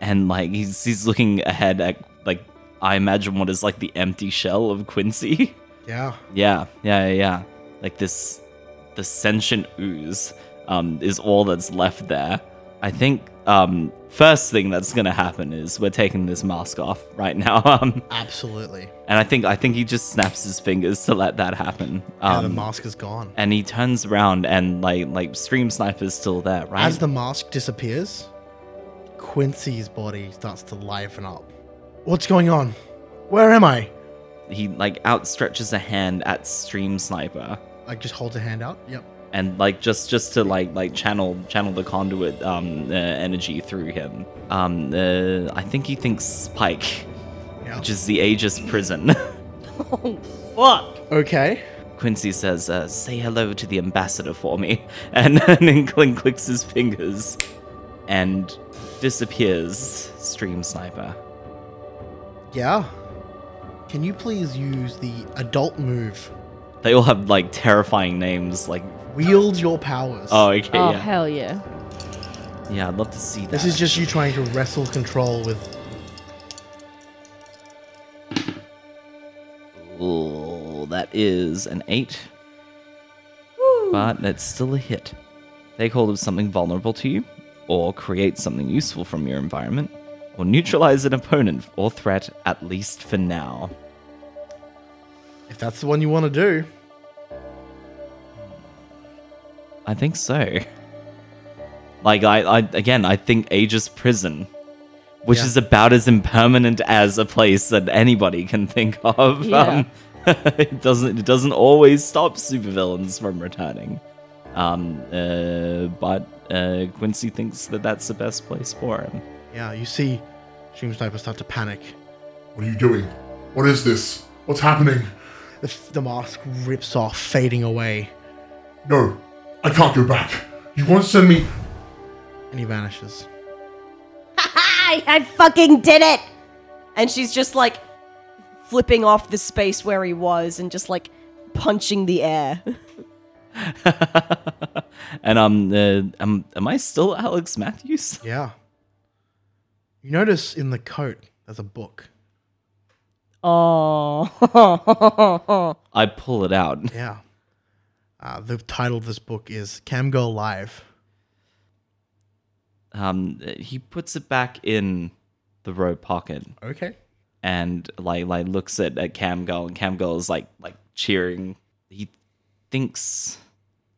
S2: And, like, he's, he's looking ahead at, like, I imagine what is, like, the empty shell of Quincy.
S1: Yeah.
S2: Yeah, yeah, yeah, yeah. Like this, the sentient ooze um, is all that's left there. I think um, first thing that's gonna happen is we're taking this mask off right now, um,
S1: Absolutely.
S2: and I think I think he just snaps his fingers to let that happen.
S1: Yeah,
S2: Um,
S1: the mask is gone.
S2: and he turns around and like like stream sniper's still there, right?
S1: As the mask disappears, Quincy's body starts to liven up. What's going on? Where am I?
S2: he like outstretches a hand at stream sniper.
S1: Like, just holds a hand out. Yep.
S2: and like just just to like like channel channel the conduit um uh, energy through him um uh, i think he thinks spike
S1: Yeah.
S2: which is the aegis prison
S4: Fuck.
S1: okay.
S2: quincy says uh, say hello to the ambassador for me and then Clin clicks his fingers and disappears stream sniper
S1: Yeah. Can you please use the adult move?
S2: they all have like terrifying names like
S1: Wield your powers.
S2: oh okay
S6: Oh
S2: yeah
S6: hell yeah!
S2: yeah i'd love to see that
S1: This is just you trying to wrestle control with.
S2: Ooh, that is an eight. But that's still a hit. Take hold of something vulnerable to you, or create something useful from your environment, or neutralize an opponent or threat, at least for now.
S1: If that's the one you want to do,
S2: I think so. Like I, I again, I think Aegis Prison, which
S1: Yeah.
S2: is about as impermanent as a place that anybody can think of. Um,
S6: Yeah.
S2: it doesn't. It doesn't always stop supervillains from returning. Um, uh, but uh, Quincy thinks that that's the best place for him.
S1: yeah, you see Stream Sniper start to panic.
S5: What are you doing? What is this? What's happening?
S1: The, f- the mask rips off, fading away,
S5: No, I can't go back. You won't send me.
S1: and he vanishes.
S4: I, I fucking did it! And she's just like flipping off the space where he was and just like punching the air.
S2: and um, uh, am am I still Alex Matthews?
S1: Yeah. You notice in the coat there's a book.
S4: Oh.
S2: I pull it out.
S1: Yeah. Uh, the title of this book is Camgirl Live.
S2: Um, he puts it back in the robe pocket.
S1: Okay.
S2: and like like looks at, at Cam Girl and Cam Girl is like like cheering. He thinks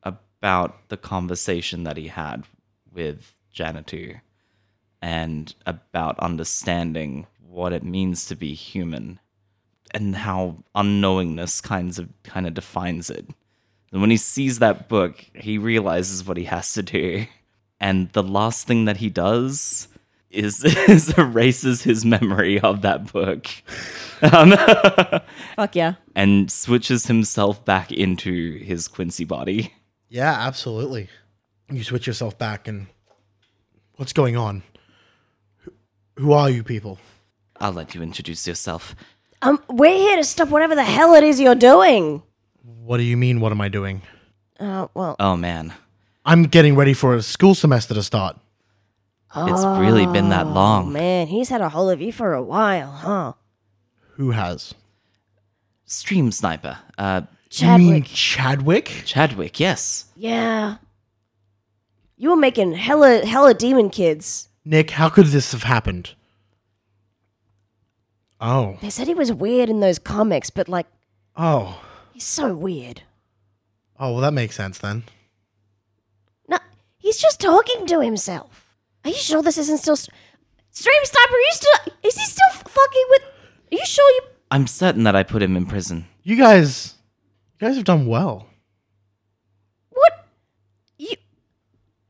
S2: about the conversation that he had with Janitor and about understanding what it means to be human and how unknowingness kinds of kind of defines it. And when he sees that book, he realizes what he has to do. And the last thing that he does is, is erases his memory of that book um,
S4: Fuck yeah.
S2: and switches himself back into his Quincy body.
S1: Yeah, absolutely. You switch yourself back and what's going on? Who- Who are you people?
S2: I'll let you introduce yourself.
S3: Um, we're here to stop whatever the hell it is you're doing.
S1: What do you mean what am I doing?
S3: Uh, well,
S2: Oh man,
S1: I'm getting ready for a school semester to start.
S2: it's really been that long.
S3: man, he's had a hold of you for a while, huh?
S1: Who has?
S2: Stream Sniper. Uh,
S1: You mean
S3: Chadwick.
S1: Chadwick?
S2: Chadwick, yes.
S3: Yeah. You were making hella, hella demon kids.
S1: Nick, how could this have happened? Oh.
S3: They said he was weird in those comics, but like,
S1: Oh.
S3: he's so weird.
S1: Oh, well, that makes sense then.
S3: No, he's just talking to himself. Are you sure this isn't still. St- Stream Sniper, are you still. Is he still f- fucking with. Are you sure you.
S2: I'm certain that I put him in prison.
S1: You guys, you guys have done well.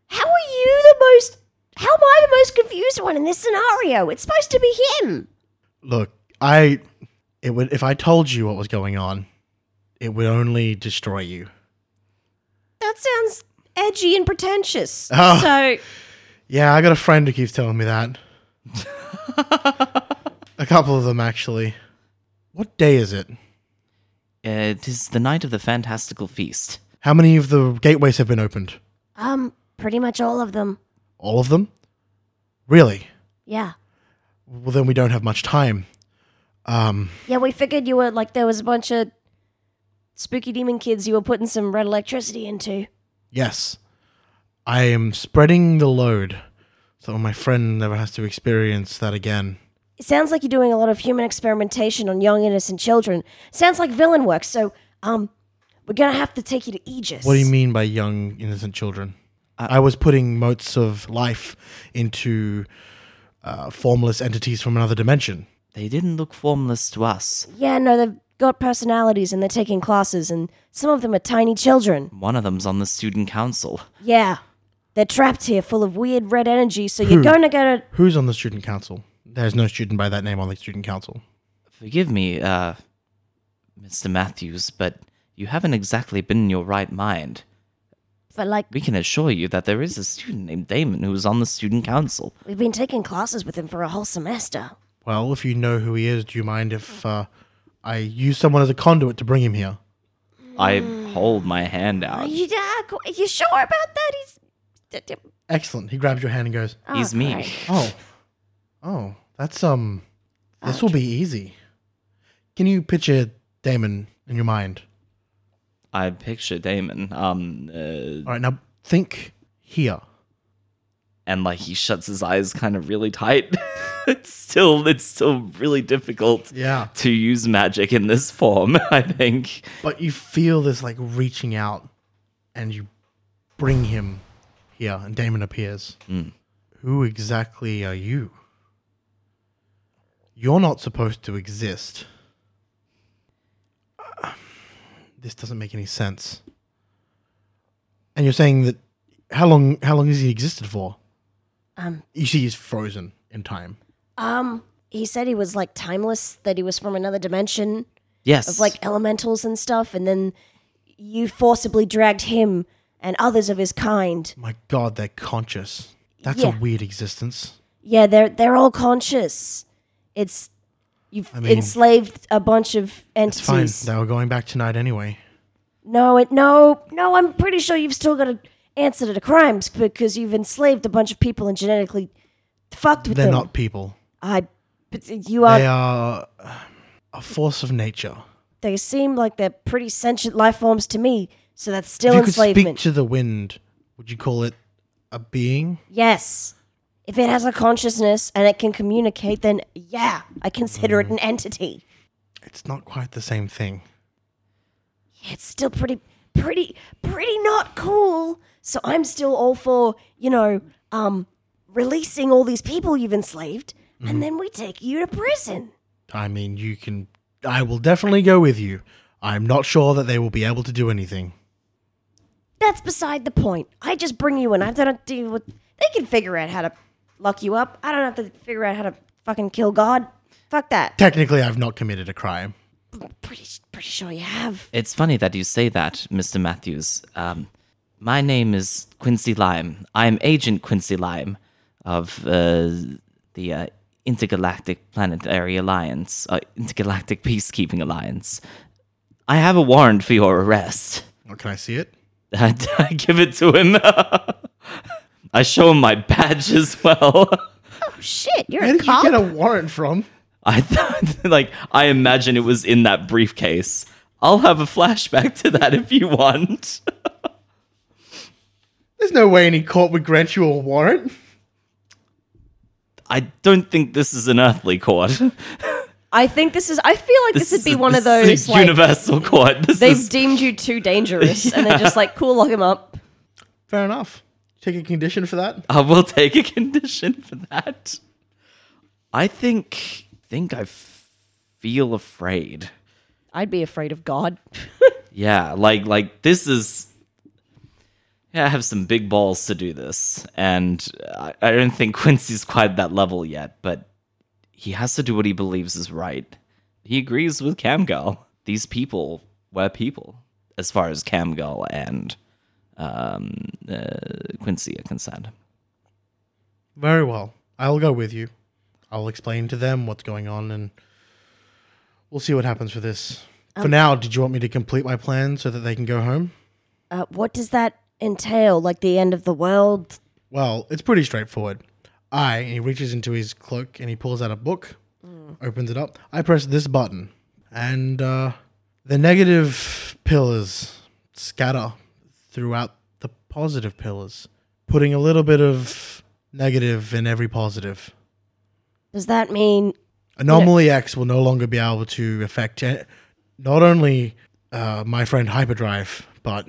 S4: How are you the most. How am I the most confused one in this scenario? It's supposed to be him.
S1: Look, I it would if I told you what was going on, it would only destroy you.
S4: That sounds edgy and pretentious.
S1: Oh,
S7: So
S1: yeah, I got a friend who keeps telling me that. a couple of them actually. What day is it?
S2: Uh, It is the night of the fantastical feast.
S1: How many of the gateways have been opened?
S4: Um, pretty much all of them.
S1: All of them? Really?
S4: Yeah.
S1: Well, then we don't have much time. Um,
S4: Yeah, we figured you were like there was a bunch of spooky demon kids you were putting some red electricity into.
S1: yes. I am spreading the load so my friend never has to experience that again.
S4: It sounds like you're doing a lot of human experimentation on young innocent children. Sounds like villain work. So, um, we're gonna have to take you to Aegis.
S1: What do you mean by young, innocent children? I was putting motes of life into uh, formless entities from another dimension.
S2: They didn't look formless to us.
S4: Yeah, no, they've got personalities and they're taking classes, and some of them are tiny children.
S2: One of them's on the student council.
S4: Yeah, they're trapped here, full of weird red energy. So you're
S1: Hmm.
S4: gonna get a
S1: Who's on the student council? There's no student by that name on the student council.
S2: Forgive me, uh, Mr. Matthews, but you haven't exactly been in your right mind.
S4: But like,
S2: We can assure you that there is a student named Damon who is on the student council.
S4: we've been taking classes with him for a whole semester.
S1: Well, if you know who he is, do you mind if uh, I use someone as a conduit to bring him here?
S2: I hold my hand
S4: Are
S2: out.
S4: you, uh, qu- are you sure about that? He's. d- d-
S1: Excellent. He grabs your hand and goes,
S4: oh,
S2: He's me.
S4: great.
S1: "Oh, oh, that's um, this will be easy." Can you picture Damon in your mind?
S2: I picture Damon, um, uh,
S1: All right, now think here.
S2: and like he shuts his eyes kind of really tight. it's still, it's still really difficult
S1: Yeah.
S2: to use magic in this form. I think.
S1: But you feel this like reaching out, and you bring him here, and Damon appears. Who exactly are you? You're not supposed to exist. This doesn't make any sense. And you're saying that how long? How long has he existed for?
S4: Um.
S1: You see, he's frozen in time.
S4: Um, he said he was like timeless, that he was from another dimension
S2: Yes.
S4: of like elementals and stuff, and then you forcibly dragged him and others of his kind.
S1: My God, they're conscious. That's
S4: Yeah.
S1: a weird existence.
S4: Yeah, they're they're all conscious. It's you've
S1: I mean,
S4: enslaved a bunch of
S1: It's fine.
S4: entities.
S1: They were going back tonight anyway.
S4: No, it, no, no. I'm pretty sure you've still got an answer to the crimes because you've enslaved a bunch of people and genetically fucked with
S1: They're
S4: them.
S1: not people.
S4: I. But you are.
S1: they are a force of nature.
S4: they seem like they're pretty sentient life forms to me. So that's still
S1: if you could speak
S4: enslavement.
S1: to the wind, would you call it a being?
S4: yes. If it has a consciousness and it can communicate, then yeah, I consider
S1: Mm.
S4: it an entity.
S1: It's not quite the same thing.
S4: It's still pretty, pretty, pretty not cool. So I'm still all for you know, um, releasing all these people you've enslaved,
S1: Mm-hmm.
S4: and then we take you to prison.
S1: I mean, you can. I will definitely go with you. I'm not sure that they will be able to do anything.
S4: That's beside the point. I just bring you in. I don't deal with. They can figure out how to lock you up. I don't have to figure out how to fucking kill God. Fuck that.
S1: Technically, I've not committed a crime.
S4: Pretty, pretty sure you have.
S2: It's funny that you say that, Mr. Matthews. Um, my name is Quincy Lime. I am Agent Quincy Lime of uh, the uh, Intergalactic Planetary Alliance, uh, Intergalactic Peacekeeping Alliance. I have a warrant for your arrest.
S1: Well, Oh, can I see it?
S2: I give it to him. I show him my badge as well.
S4: Shit, you're
S1: Where
S4: a
S1: did
S4: cop.
S1: you get a warrant from?
S2: I thought, like, I imagine it was in that briefcase. I'll have a flashback to that if you want.
S1: There's no way any court would grant you a warrant.
S2: I don't think this is an earthly court.
S7: I think this is. I feel like this, would be one of
S2: this
S7: those
S2: is a
S7: like
S2: universal court. This
S7: they've
S2: is
S7: deemed you too dangerous, and they're just like, cool, lock him up.
S1: Fair enough. Take a condition for that.
S2: I will take a condition for that. I think think I f- feel afraid.
S7: I'd be afraid of God.
S2: Yeah, like like this is I have some big balls to do this, and I, I don't think Quincy's quite that level yet, but he has to do what he believes is right. He agrees with Camgal. These people were people, as far as Camgal and um, uh, Quincy are concerned.
S1: Very well. I'll go with you. I'll explain to them what's going on and we'll see what happens for this. for now, did you want me to complete my plan so that they can go home?
S4: Uh, what does that entail? Like the end of the world?
S1: Well, it's pretty straightforward. I, and he reaches into his cloak and he pulls out a book, opens it up. I press this button, and uh, the negative pillars scatter throughout the positive pillars, putting a little bit of negative in every positive.
S4: Does that mean
S1: Anomaly X will no longer be able to affect eh, not only uh, my friend Hyperdrive, but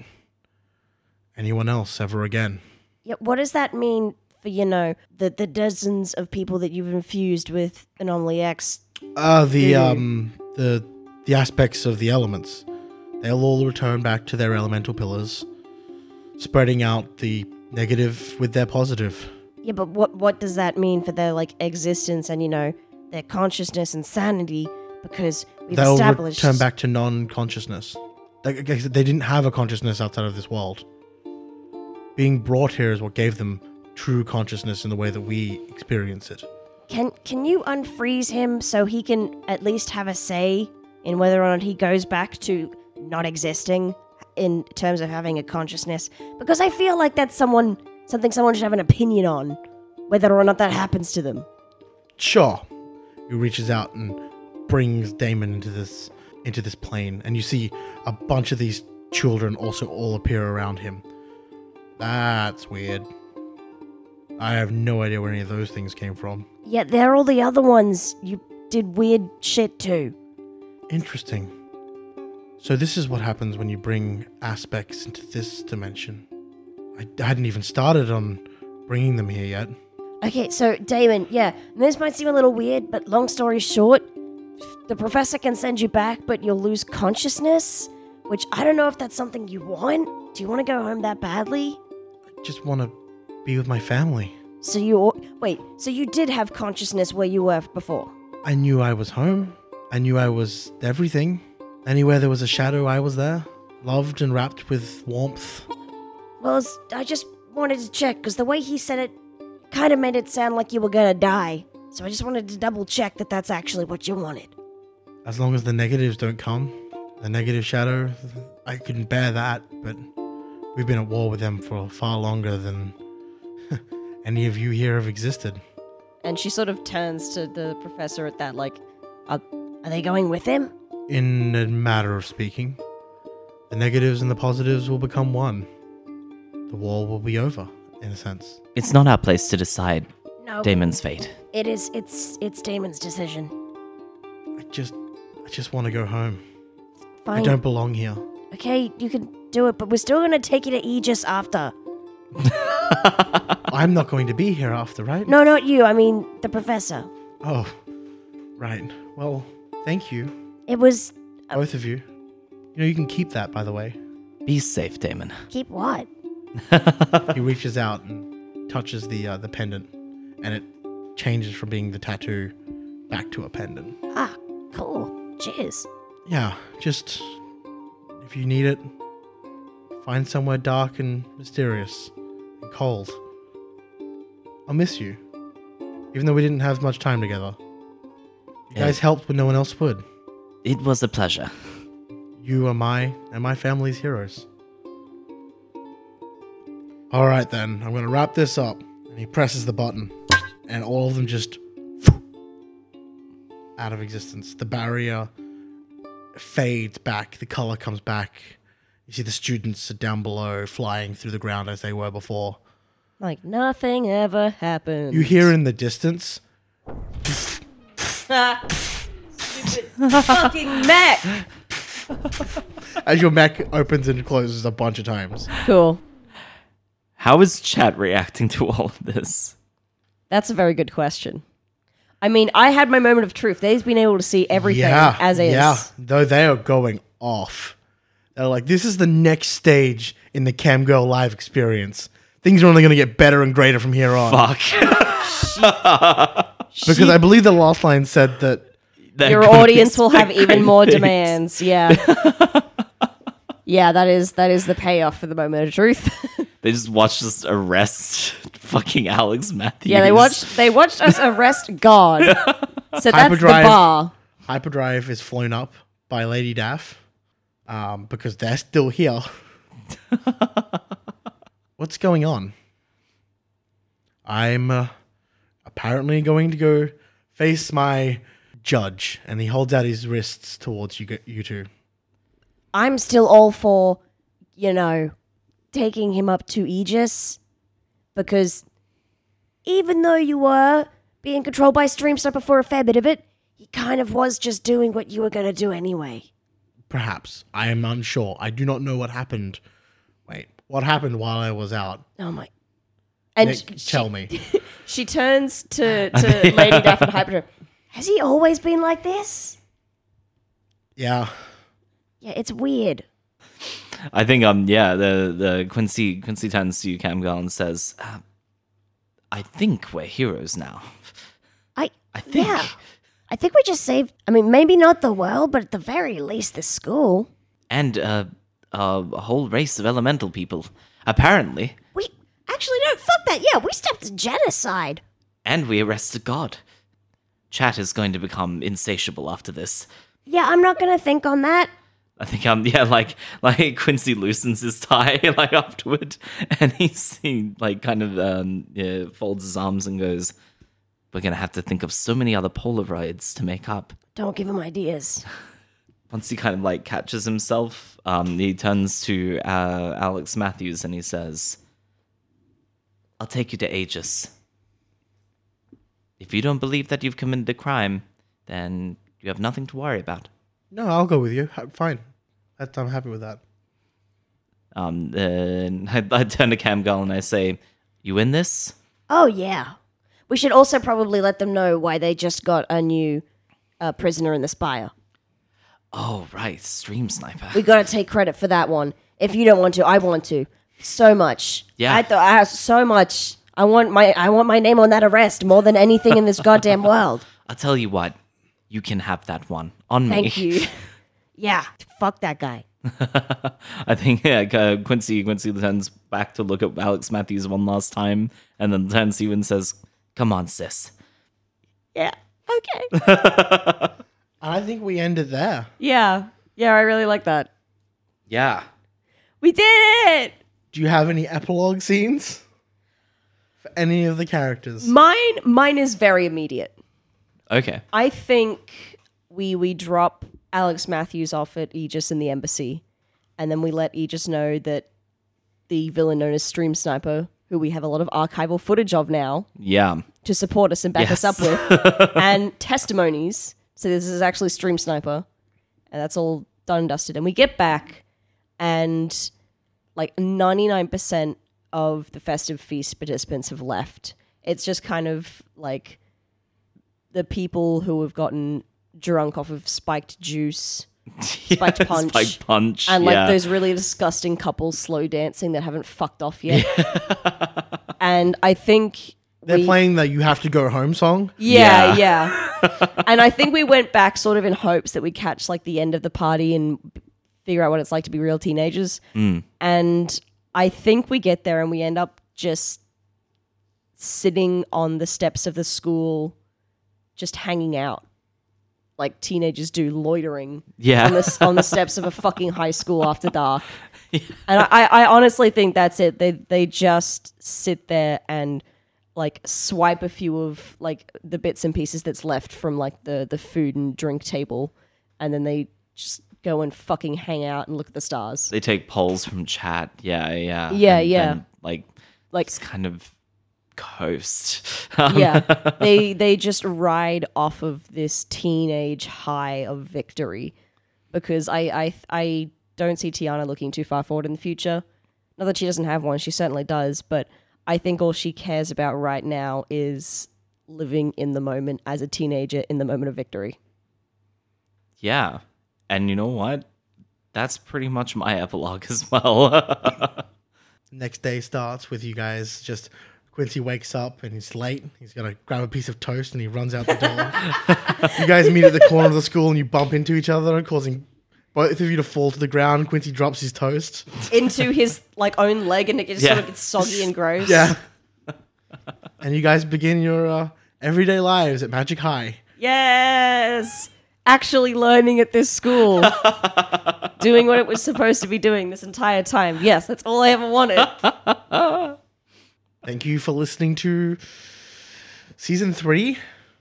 S1: anyone else ever again.
S4: Yeah, what does that mean for, you know, the, the dozens of people that you've infused with Anomaly X?
S1: Uh, the um, the the aspects of the elements. They'll all return back to their elemental pillars, spreading out the negative with their positive.
S4: Yeah, but what what does that mean for their like existence and, you know, their consciousness and sanity? Because we've
S1: They'll
S4: established
S1: return back to non-consciousness. Like, I guess they didn't have a consciousness outside of this world. Being brought here is what gave them true consciousness in the way that we experience it.
S4: Can can you unfreeze him so he can at least have a say in whether or not he goes back to not existing in terms of having a consciousness? Because I feel like that's someone something someone should have an opinion on, whether or not that happens to them.
S1: Sure. He reaches out and brings Damon into this into this plane, and you see a bunch of these children also all appear around him. That's weird. I have no idea where any of those things came from.
S4: Yet there are all the other ones you did weird shit to.
S1: Interesting. So this is what happens when you bring aspects into this dimension. I hadn't even started on bringing them here yet.
S4: Okay, so Damon, yeah, this might seem a little weird, but long story short, the professor can send you back, but you'll lose consciousness, which I don't know if that's something you want. Do you want to go home that badly?
S1: I just want to be with my family.
S4: So you al- wait, so you did have consciousness where you were before.
S1: I knew I was home. I knew I was everything. Anywhere there was a shadow, I was there, loved and wrapped with warmth.
S4: Well, it's- I just wanted to check because the way he said it kind of made it sound like you were gonna die. So I just wanted to double check that that's actually what you wanted.
S1: As long as the negatives don't come, the negative shadow, I couldn't bear that, but we've been at war with them for far longer than any of you here have existed.
S8: And she sort of turns to the professor at that, like,
S4: Are they going with him?
S1: In a matter of speaking, the negatives and the positives will become one. The war will be over, in a sense.
S2: It's not our place to decide
S4: No,
S2: Damon's fate.
S4: it is. It's it's Damon's decision.
S1: I just, I just want to go home. I
S4: Fine.
S1: don't belong here.
S4: Okay, you can do it, but we're still gonna take you to Aegis after.
S1: I'm not going to be here after, right?
S4: No, not you. I mean the professor.
S1: Oh, right. Well, thank you,
S4: It was
S1: both of you. You know, you can keep that, by the way.
S2: Be safe, Damon.
S4: keep what?
S1: He reaches out and touches the uh, the pendant, and it changes from being the tattoo back to a pendant.
S4: Ah, cool. Cheers.
S1: Yeah, just if you need it, find somewhere dark and mysterious and cold. I'll miss you, even though we didn't have much time together. You
S2: Yeah.
S1: guys helped when no one else would.
S2: It was a pleasure.
S1: You are my and my family's heroes. All right, then. I'm going to wrap this up. And he presses the button, and all of them just out of existence. The barrier fades back, the color comes back. You see the students are down below, flying through the ground as they were before.
S8: like, nothing ever happened.
S1: You hear in the distance
S8: fucking mech!
S1: as your mech opens and closes a bunch of times.
S8: Cool.
S2: How is Chad reacting to all of this?
S8: That's a very good question. I mean, I had my moment of truth. They've been able to see everything as is.
S1: Yeah, though they are going off. They're like, this is the next stage in the Cam Girl Live experience. Things are only going to get better and greater from here on.
S2: Fuck.
S1: Because I believe the last line said that
S2: They're
S4: Your
S2: gonna be
S4: audience will have
S2: some
S4: even
S2: great
S4: more
S2: things.
S4: demands. Yeah. yeah, that is that is the payoff for the moment of truth.
S2: They just watched us arrest fucking Alex Matthews.
S4: yeah, they watched they watched us arrest God. So that's
S1: Hyperdrive.
S4: the bar.
S1: Hyperdrive is flown up by Lady Daff um, because they're still here. What's going on? I'm uh, apparently going to go face my judge, and he holds out his wrists towards you, g- you two.
S3: I'm still all for, you know, taking him up to Aegis because even though you were being controlled by Streamsniper for a fair bit of it, he kind of was just doing what you were going to do anyway.
S1: Perhaps. I am unsure. I do not know what happened. Wait, what happened while I was out?
S3: Oh my.
S4: And
S1: Nick,
S4: she,
S1: tell me.
S4: she turns to, to Lady Daff and Hyperdrive.
S3: Has he always been like this?
S1: Yeah.
S3: Yeah, it's weird.
S2: I think um yeah the the Quincy Quincy turns to Cam Girl and says, uh, "I think we're heroes now."
S3: I
S2: I think.
S3: Yeah. I think we just saved I mean maybe not the world, but at the very least the school.
S2: and uh, uh, a whole race of elemental people, apparently.
S3: We actually no, fuck that. Yeah, we stepped to genocide.
S2: And we arrested God. Chat is going to become insatiable after this.
S3: Yeah, I'm not going to think on that.
S2: I think um yeah like like Quincy loosens his tie like afterward, and he's he like kind of um yeah, folds his arms and goes, "We're gonna have to think of so many other Polaroids to make up."
S3: Don't give him ideas.
S2: once he kind of like catches himself, um, he turns to uh, Alex Matthews and he says, I'll take you to Aegis. If you don't believe that you've committed a crime, then you have nothing to worry about.
S1: No, I'll go with you. Ha- Fine. That- I'm happy with that.
S2: Um, then I, I turn to Cam Girl and I say, You in this?
S3: Oh yeah. We should also probably let them know why they just got a new uh, prisoner in the spire.
S2: Oh, right, Stream Sniper.
S3: We got to take credit for that one. If you don't want to, I want to. So much.
S2: Yeah.
S3: I thought I have so much. I want my I want my name on that arrest more than anything in this goddamn world.
S2: I'll tell you what, you can have that one on me.
S3: Thank you. yeah. Fuck that guy.
S2: I think yeah, uh, Quincy Quincy turns back to look at Alex Matthews one last time, and then turns to you and says, "Come on, sis."
S4: Yeah. Okay.
S1: And I think we end it there.
S4: Yeah. Yeah, I really like that.
S2: Yeah.
S4: We did it.
S1: Do you have any epilogue scenes for any of the characters?
S4: Mine mine is very immediate.
S2: Okay.
S4: I think we we drop Alex Matthews off at Aegis in the embassy, and then we let Aegis know that the villain known as Stream Sniper, who we have a lot of archival footage of now
S2: Yeah.
S4: to support us and back us up with, and testimonies. So this is actually Stream Sniper, and that's all done and dusted. And we get back, and like ninety nine percent of the festive feast participants have left. It's just kind of like the people who have gotten drunk off of spiked juice Spiked punch.
S2: Spiked punch.
S4: and like
S2: yeah.
S4: those really disgusting couples slow dancing that haven't fucked off yet. and I think
S1: They're
S4: we-
S1: playing the You Have to Go Home song.
S4: Yeah, yeah. and I think we went back sort of in hopes that we catch like the end of the party and b- figure out what it's like to be real teenagers. And I think we get there and we end up just sitting on the steps of the school, just hanging out like teenagers do, loitering on the
S2: Yeah.
S4: s- on the steps of a fucking high school after dark. And I, I honestly think that's it. They they just sit there and like swipe a few of like the bits and pieces that's left from like the the food and drink table, and then they just go and fucking hang out and look at the stars.
S2: They take polls from chat. Yeah. Yeah.
S4: Yeah,
S2: And
S4: yeah.
S2: then, like,
S4: Like
S2: it's kind of coast.
S4: yeah, they they just ride off of this teenage high of victory because I I I don't see Tiana looking too far forward in the future. Not that she doesn't have one, she certainly does, but I think all she cares about right now is living in the moment as a teenager in the moment of victory.
S2: yeah. And you know what? that's pretty much my epilogue as well.
S1: Next day starts with you guys just. Quincy wakes up and he's late. He's gonna grab a piece of toast and he runs out the door. you guys meet at the corner of the school and you bump into each other, causing both of you to fall to the ground. Quincy drops his toast.
S4: into his like own leg, and it just sort
S2: Yeah.
S4: of gets soggy and gross.
S1: Yeah. and you guys begin your uh, everyday lives at Magic High.
S4: Yes. Actually learning at this school. doing what it was supposed to be doing this entire time. Yes, that's all I ever wanted.
S1: Thank you for listening to season three.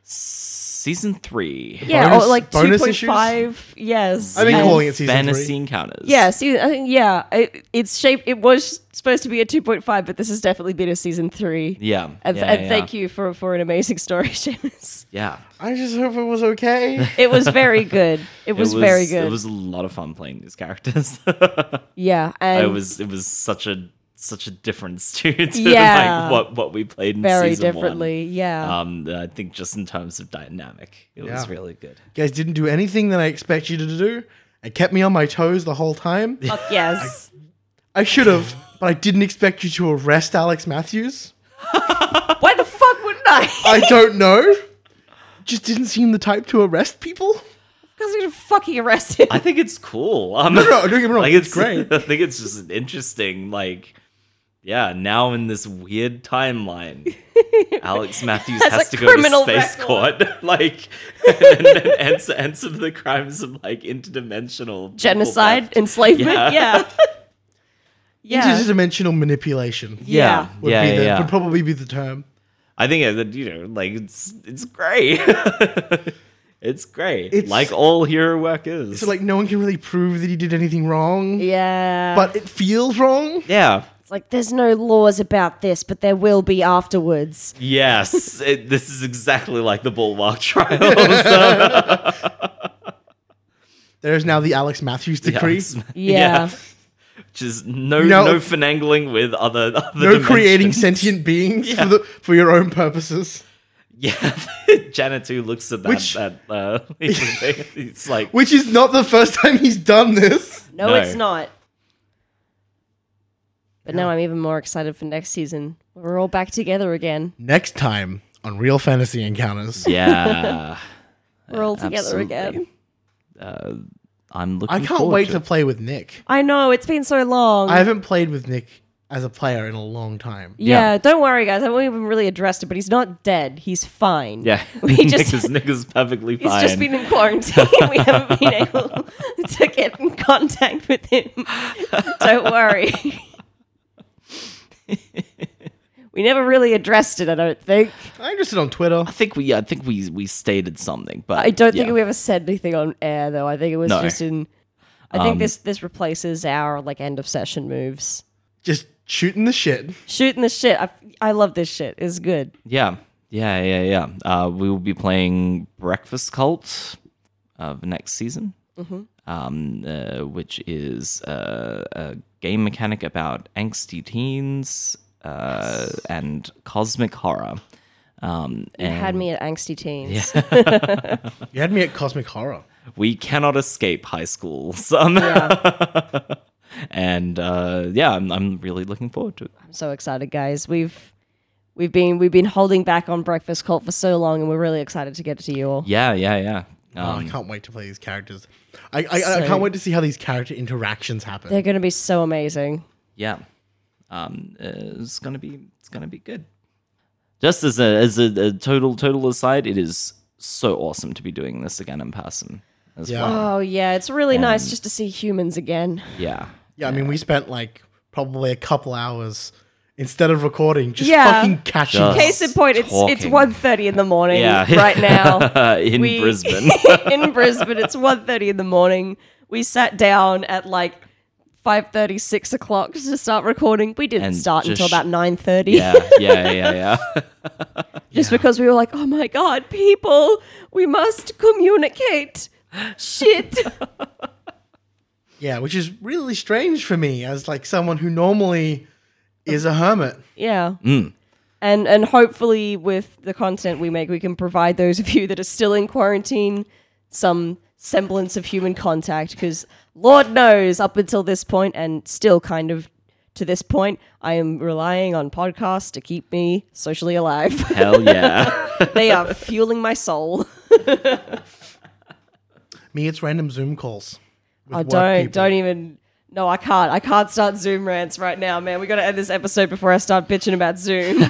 S2: Season three,
S4: Yeah,
S1: Bonus-
S4: or like
S1: bonus
S4: 2.5. Yes.
S1: I've been
S4: and-
S1: calling it season
S2: fantasy
S1: three.
S2: encounters.
S4: Yeah, see, I think, yeah, it, it's shaped. It was supposed to be a 2.5, but this has definitely been a season three.
S2: yeah,
S4: And,
S2: yeah,
S4: and
S2: yeah,
S4: thank you for, for an amazing story, Seamus.
S2: Yeah,
S1: I just hope it was okay.
S4: It was very good. It was, very good.
S2: It was a lot of fun playing these characters.
S4: yeah, and
S2: it was it was such a such a difference to, to
S4: Yeah.
S2: like what what we played in
S4: very
S2: season one.
S4: differently. Yeah.
S2: Um, I think just in terms of dynamic, it was
S1: Yeah.
S2: really good.
S1: you guys didn't do anything that I expect you to do. It kept me on my toes the whole time.
S4: Fuck yes.
S1: I should have, but I didn't expect you to arrest Alex Matthews.
S4: Why the fuck wouldn't I?
S1: I don't know. Just didn't seem the type to arrest people.
S4: Because we fucking arrested.
S2: I think it's cool. Um,
S1: no, don't get me wrong, it's great.
S2: I think it's just an interesting, like, yeah. Now in this weird timeline, Alex Matthews has,
S4: Has
S2: to
S4: a
S2: go to
S4: criminal
S2: space
S4: record.
S2: court, like, and, and answer answer to the crimes of like interdimensional people
S4: Genocide,
S2: theft.
S4: enslavement.
S2: Yeah.
S4: Yeah. Yeah. yeah.
S1: Interdimensional manipulation
S2: Yeah,
S1: would,
S2: yeah,
S1: be the,
S2: yeah.
S1: would probably be the term.
S2: I think uh, that you know, like, it's it's great. It's great,
S1: It's-
S2: like all hero work is.
S1: So like no one can really prove that he did anything wrong,
S4: But
S1: but it feels wrong.
S2: yeah,
S3: It's like there's no laws about this, but there will be afterwards.
S2: yes, it, this is exactly like the Bulwark trials.
S1: There is now the Alex Matthews decree.
S2: Yeah.
S4: Yeah.
S2: Which is no
S1: No.
S2: no finagling with other, other
S1: no creating
S2: dimensions.
S1: sentient beings for, the, for your own purposes.
S2: Yeah, Janet too looks at that.
S1: Which-
S2: that uh, it's like
S1: Which is not the first time he's done this.
S4: no,
S2: No.
S4: it's not. But now I'm even more excited for next season. We're all back together again.
S1: Next time on Real Fantasy Encounters,
S2: yeah,
S4: We're all together
S2: absolutely.
S4: again.
S2: Uh, I'm looking.
S1: I can't
S2: forward
S1: wait
S2: to
S1: to
S2: it.
S1: play with Nick.
S4: I know it's been so long.
S1: I haven't played with Nick as a player in a long time.
S4: yeah,
S2: Yeah.
S4: don't worry, guys. I haven't even really addressed it, but he's not dead. He's fine.
S2: Yeah,
S4: we just
S2: Nick is, Nick is perfectly
S4: He's
S2: fine.
S4: just been in quarantine. we haven't been able to get in contact with him. Don't worry. we never really addressed it, I don't think.
S1: I addressed it on Twitter.
S2: I think we I think we we stated something, but
S4: I don't think
S2: yeah.
S4: we ever said anything on air, though. I think it was
S2: No. Um,
S4: just in. I think this this replaces our like end of session moves.
S1: Just shooting the shit.
S4: Shooting the shit. I, I love this shit. It's good.
S2: Yeah, yeah, yeah, yeah. Uh, we will be playing Breakfast Cult of next season, um, uh, which is uh, a game mechanic about angsty teens uh, and cosmic horror. Um, and
S4: Had me at angsty teens.
S1: You had me at Cosmic Horror.
S2: we cannot escape high school. So- and uh, yeah, I'm, I'm really looking forward to it.
S4: I'm so excited, guys. We've we've been we've been holding back on Breakfast Cult for so long, and we're really excited to get to you all.
S2: Yeah, yeah, yeah.
S1: Oh,
S2: Um,
S1: I can't wait to play these characters. I, I, I can't wait to see how these character interactions happen.
S4: They're going to be so amazing.
S2: yeah um uh, it's gonna be it's gonna be good just as a as a, a total total aside it is so awesome to be doing this again in person as
S1: Yeah.
S2: well
S4: Oh yeah, it's really nice just to see humans again.
S2: yeah
S1: Yeah, I mean, we spent like probably a couple hours instead of recording, just
S4: Yeah.
S1: fucking catching. up.
S2: Just-
S4: Case in point, it's it's
S2: Talking.
S4: 1.30 in the morning
S2: yeah
S4: right now.
S2: in
S4: We-
S2: brisbane
S4: in Brisbane, it's 1.30 in the morning. We sat down at like 5.30, 6 o'clock to start recording. We didn't
S2: And
S4: start
S2: just-
S4: until about 9.30.
S2: yeah yeah yeah yeah
S4: just because we were like, oh my god, people, we must communicate. Shit.
S1: Yeah, which is really strange for me as like someone who normally is a hermit.
S4: yeah.
S1: Mm.
S4: And and hopefully with the content we make, we can provide those of you that are still in quarantine some semblance of human contact because Lord knows up until this point and still kind of to this point, I am relying on podcasts to keep me socially alive.
S2: Hell yeah.
S4: they are fueling my soul.
S1: Me, it's random Zoom calls. with
S4: I
S1: work
S4: Oh, don't
S1: people.
S4: don't even no, I can't. I can't start Zoom rants right now, man. We got to end this episode before I start bitching about Zoom.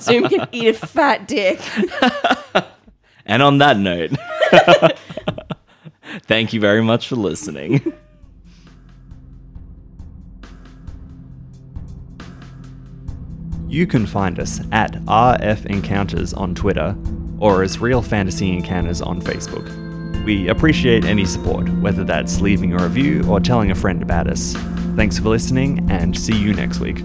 S4: Zoom can eat a fat dick.
S2: and on that note, thank you very much for listening.
S9: You can find us at RF Encounters on Twitter or as Real Fantasy Encounters on Facebook. We appreciate any support, whether that's leaving a review or telling a friend about us. Thanks for listening and see you next week.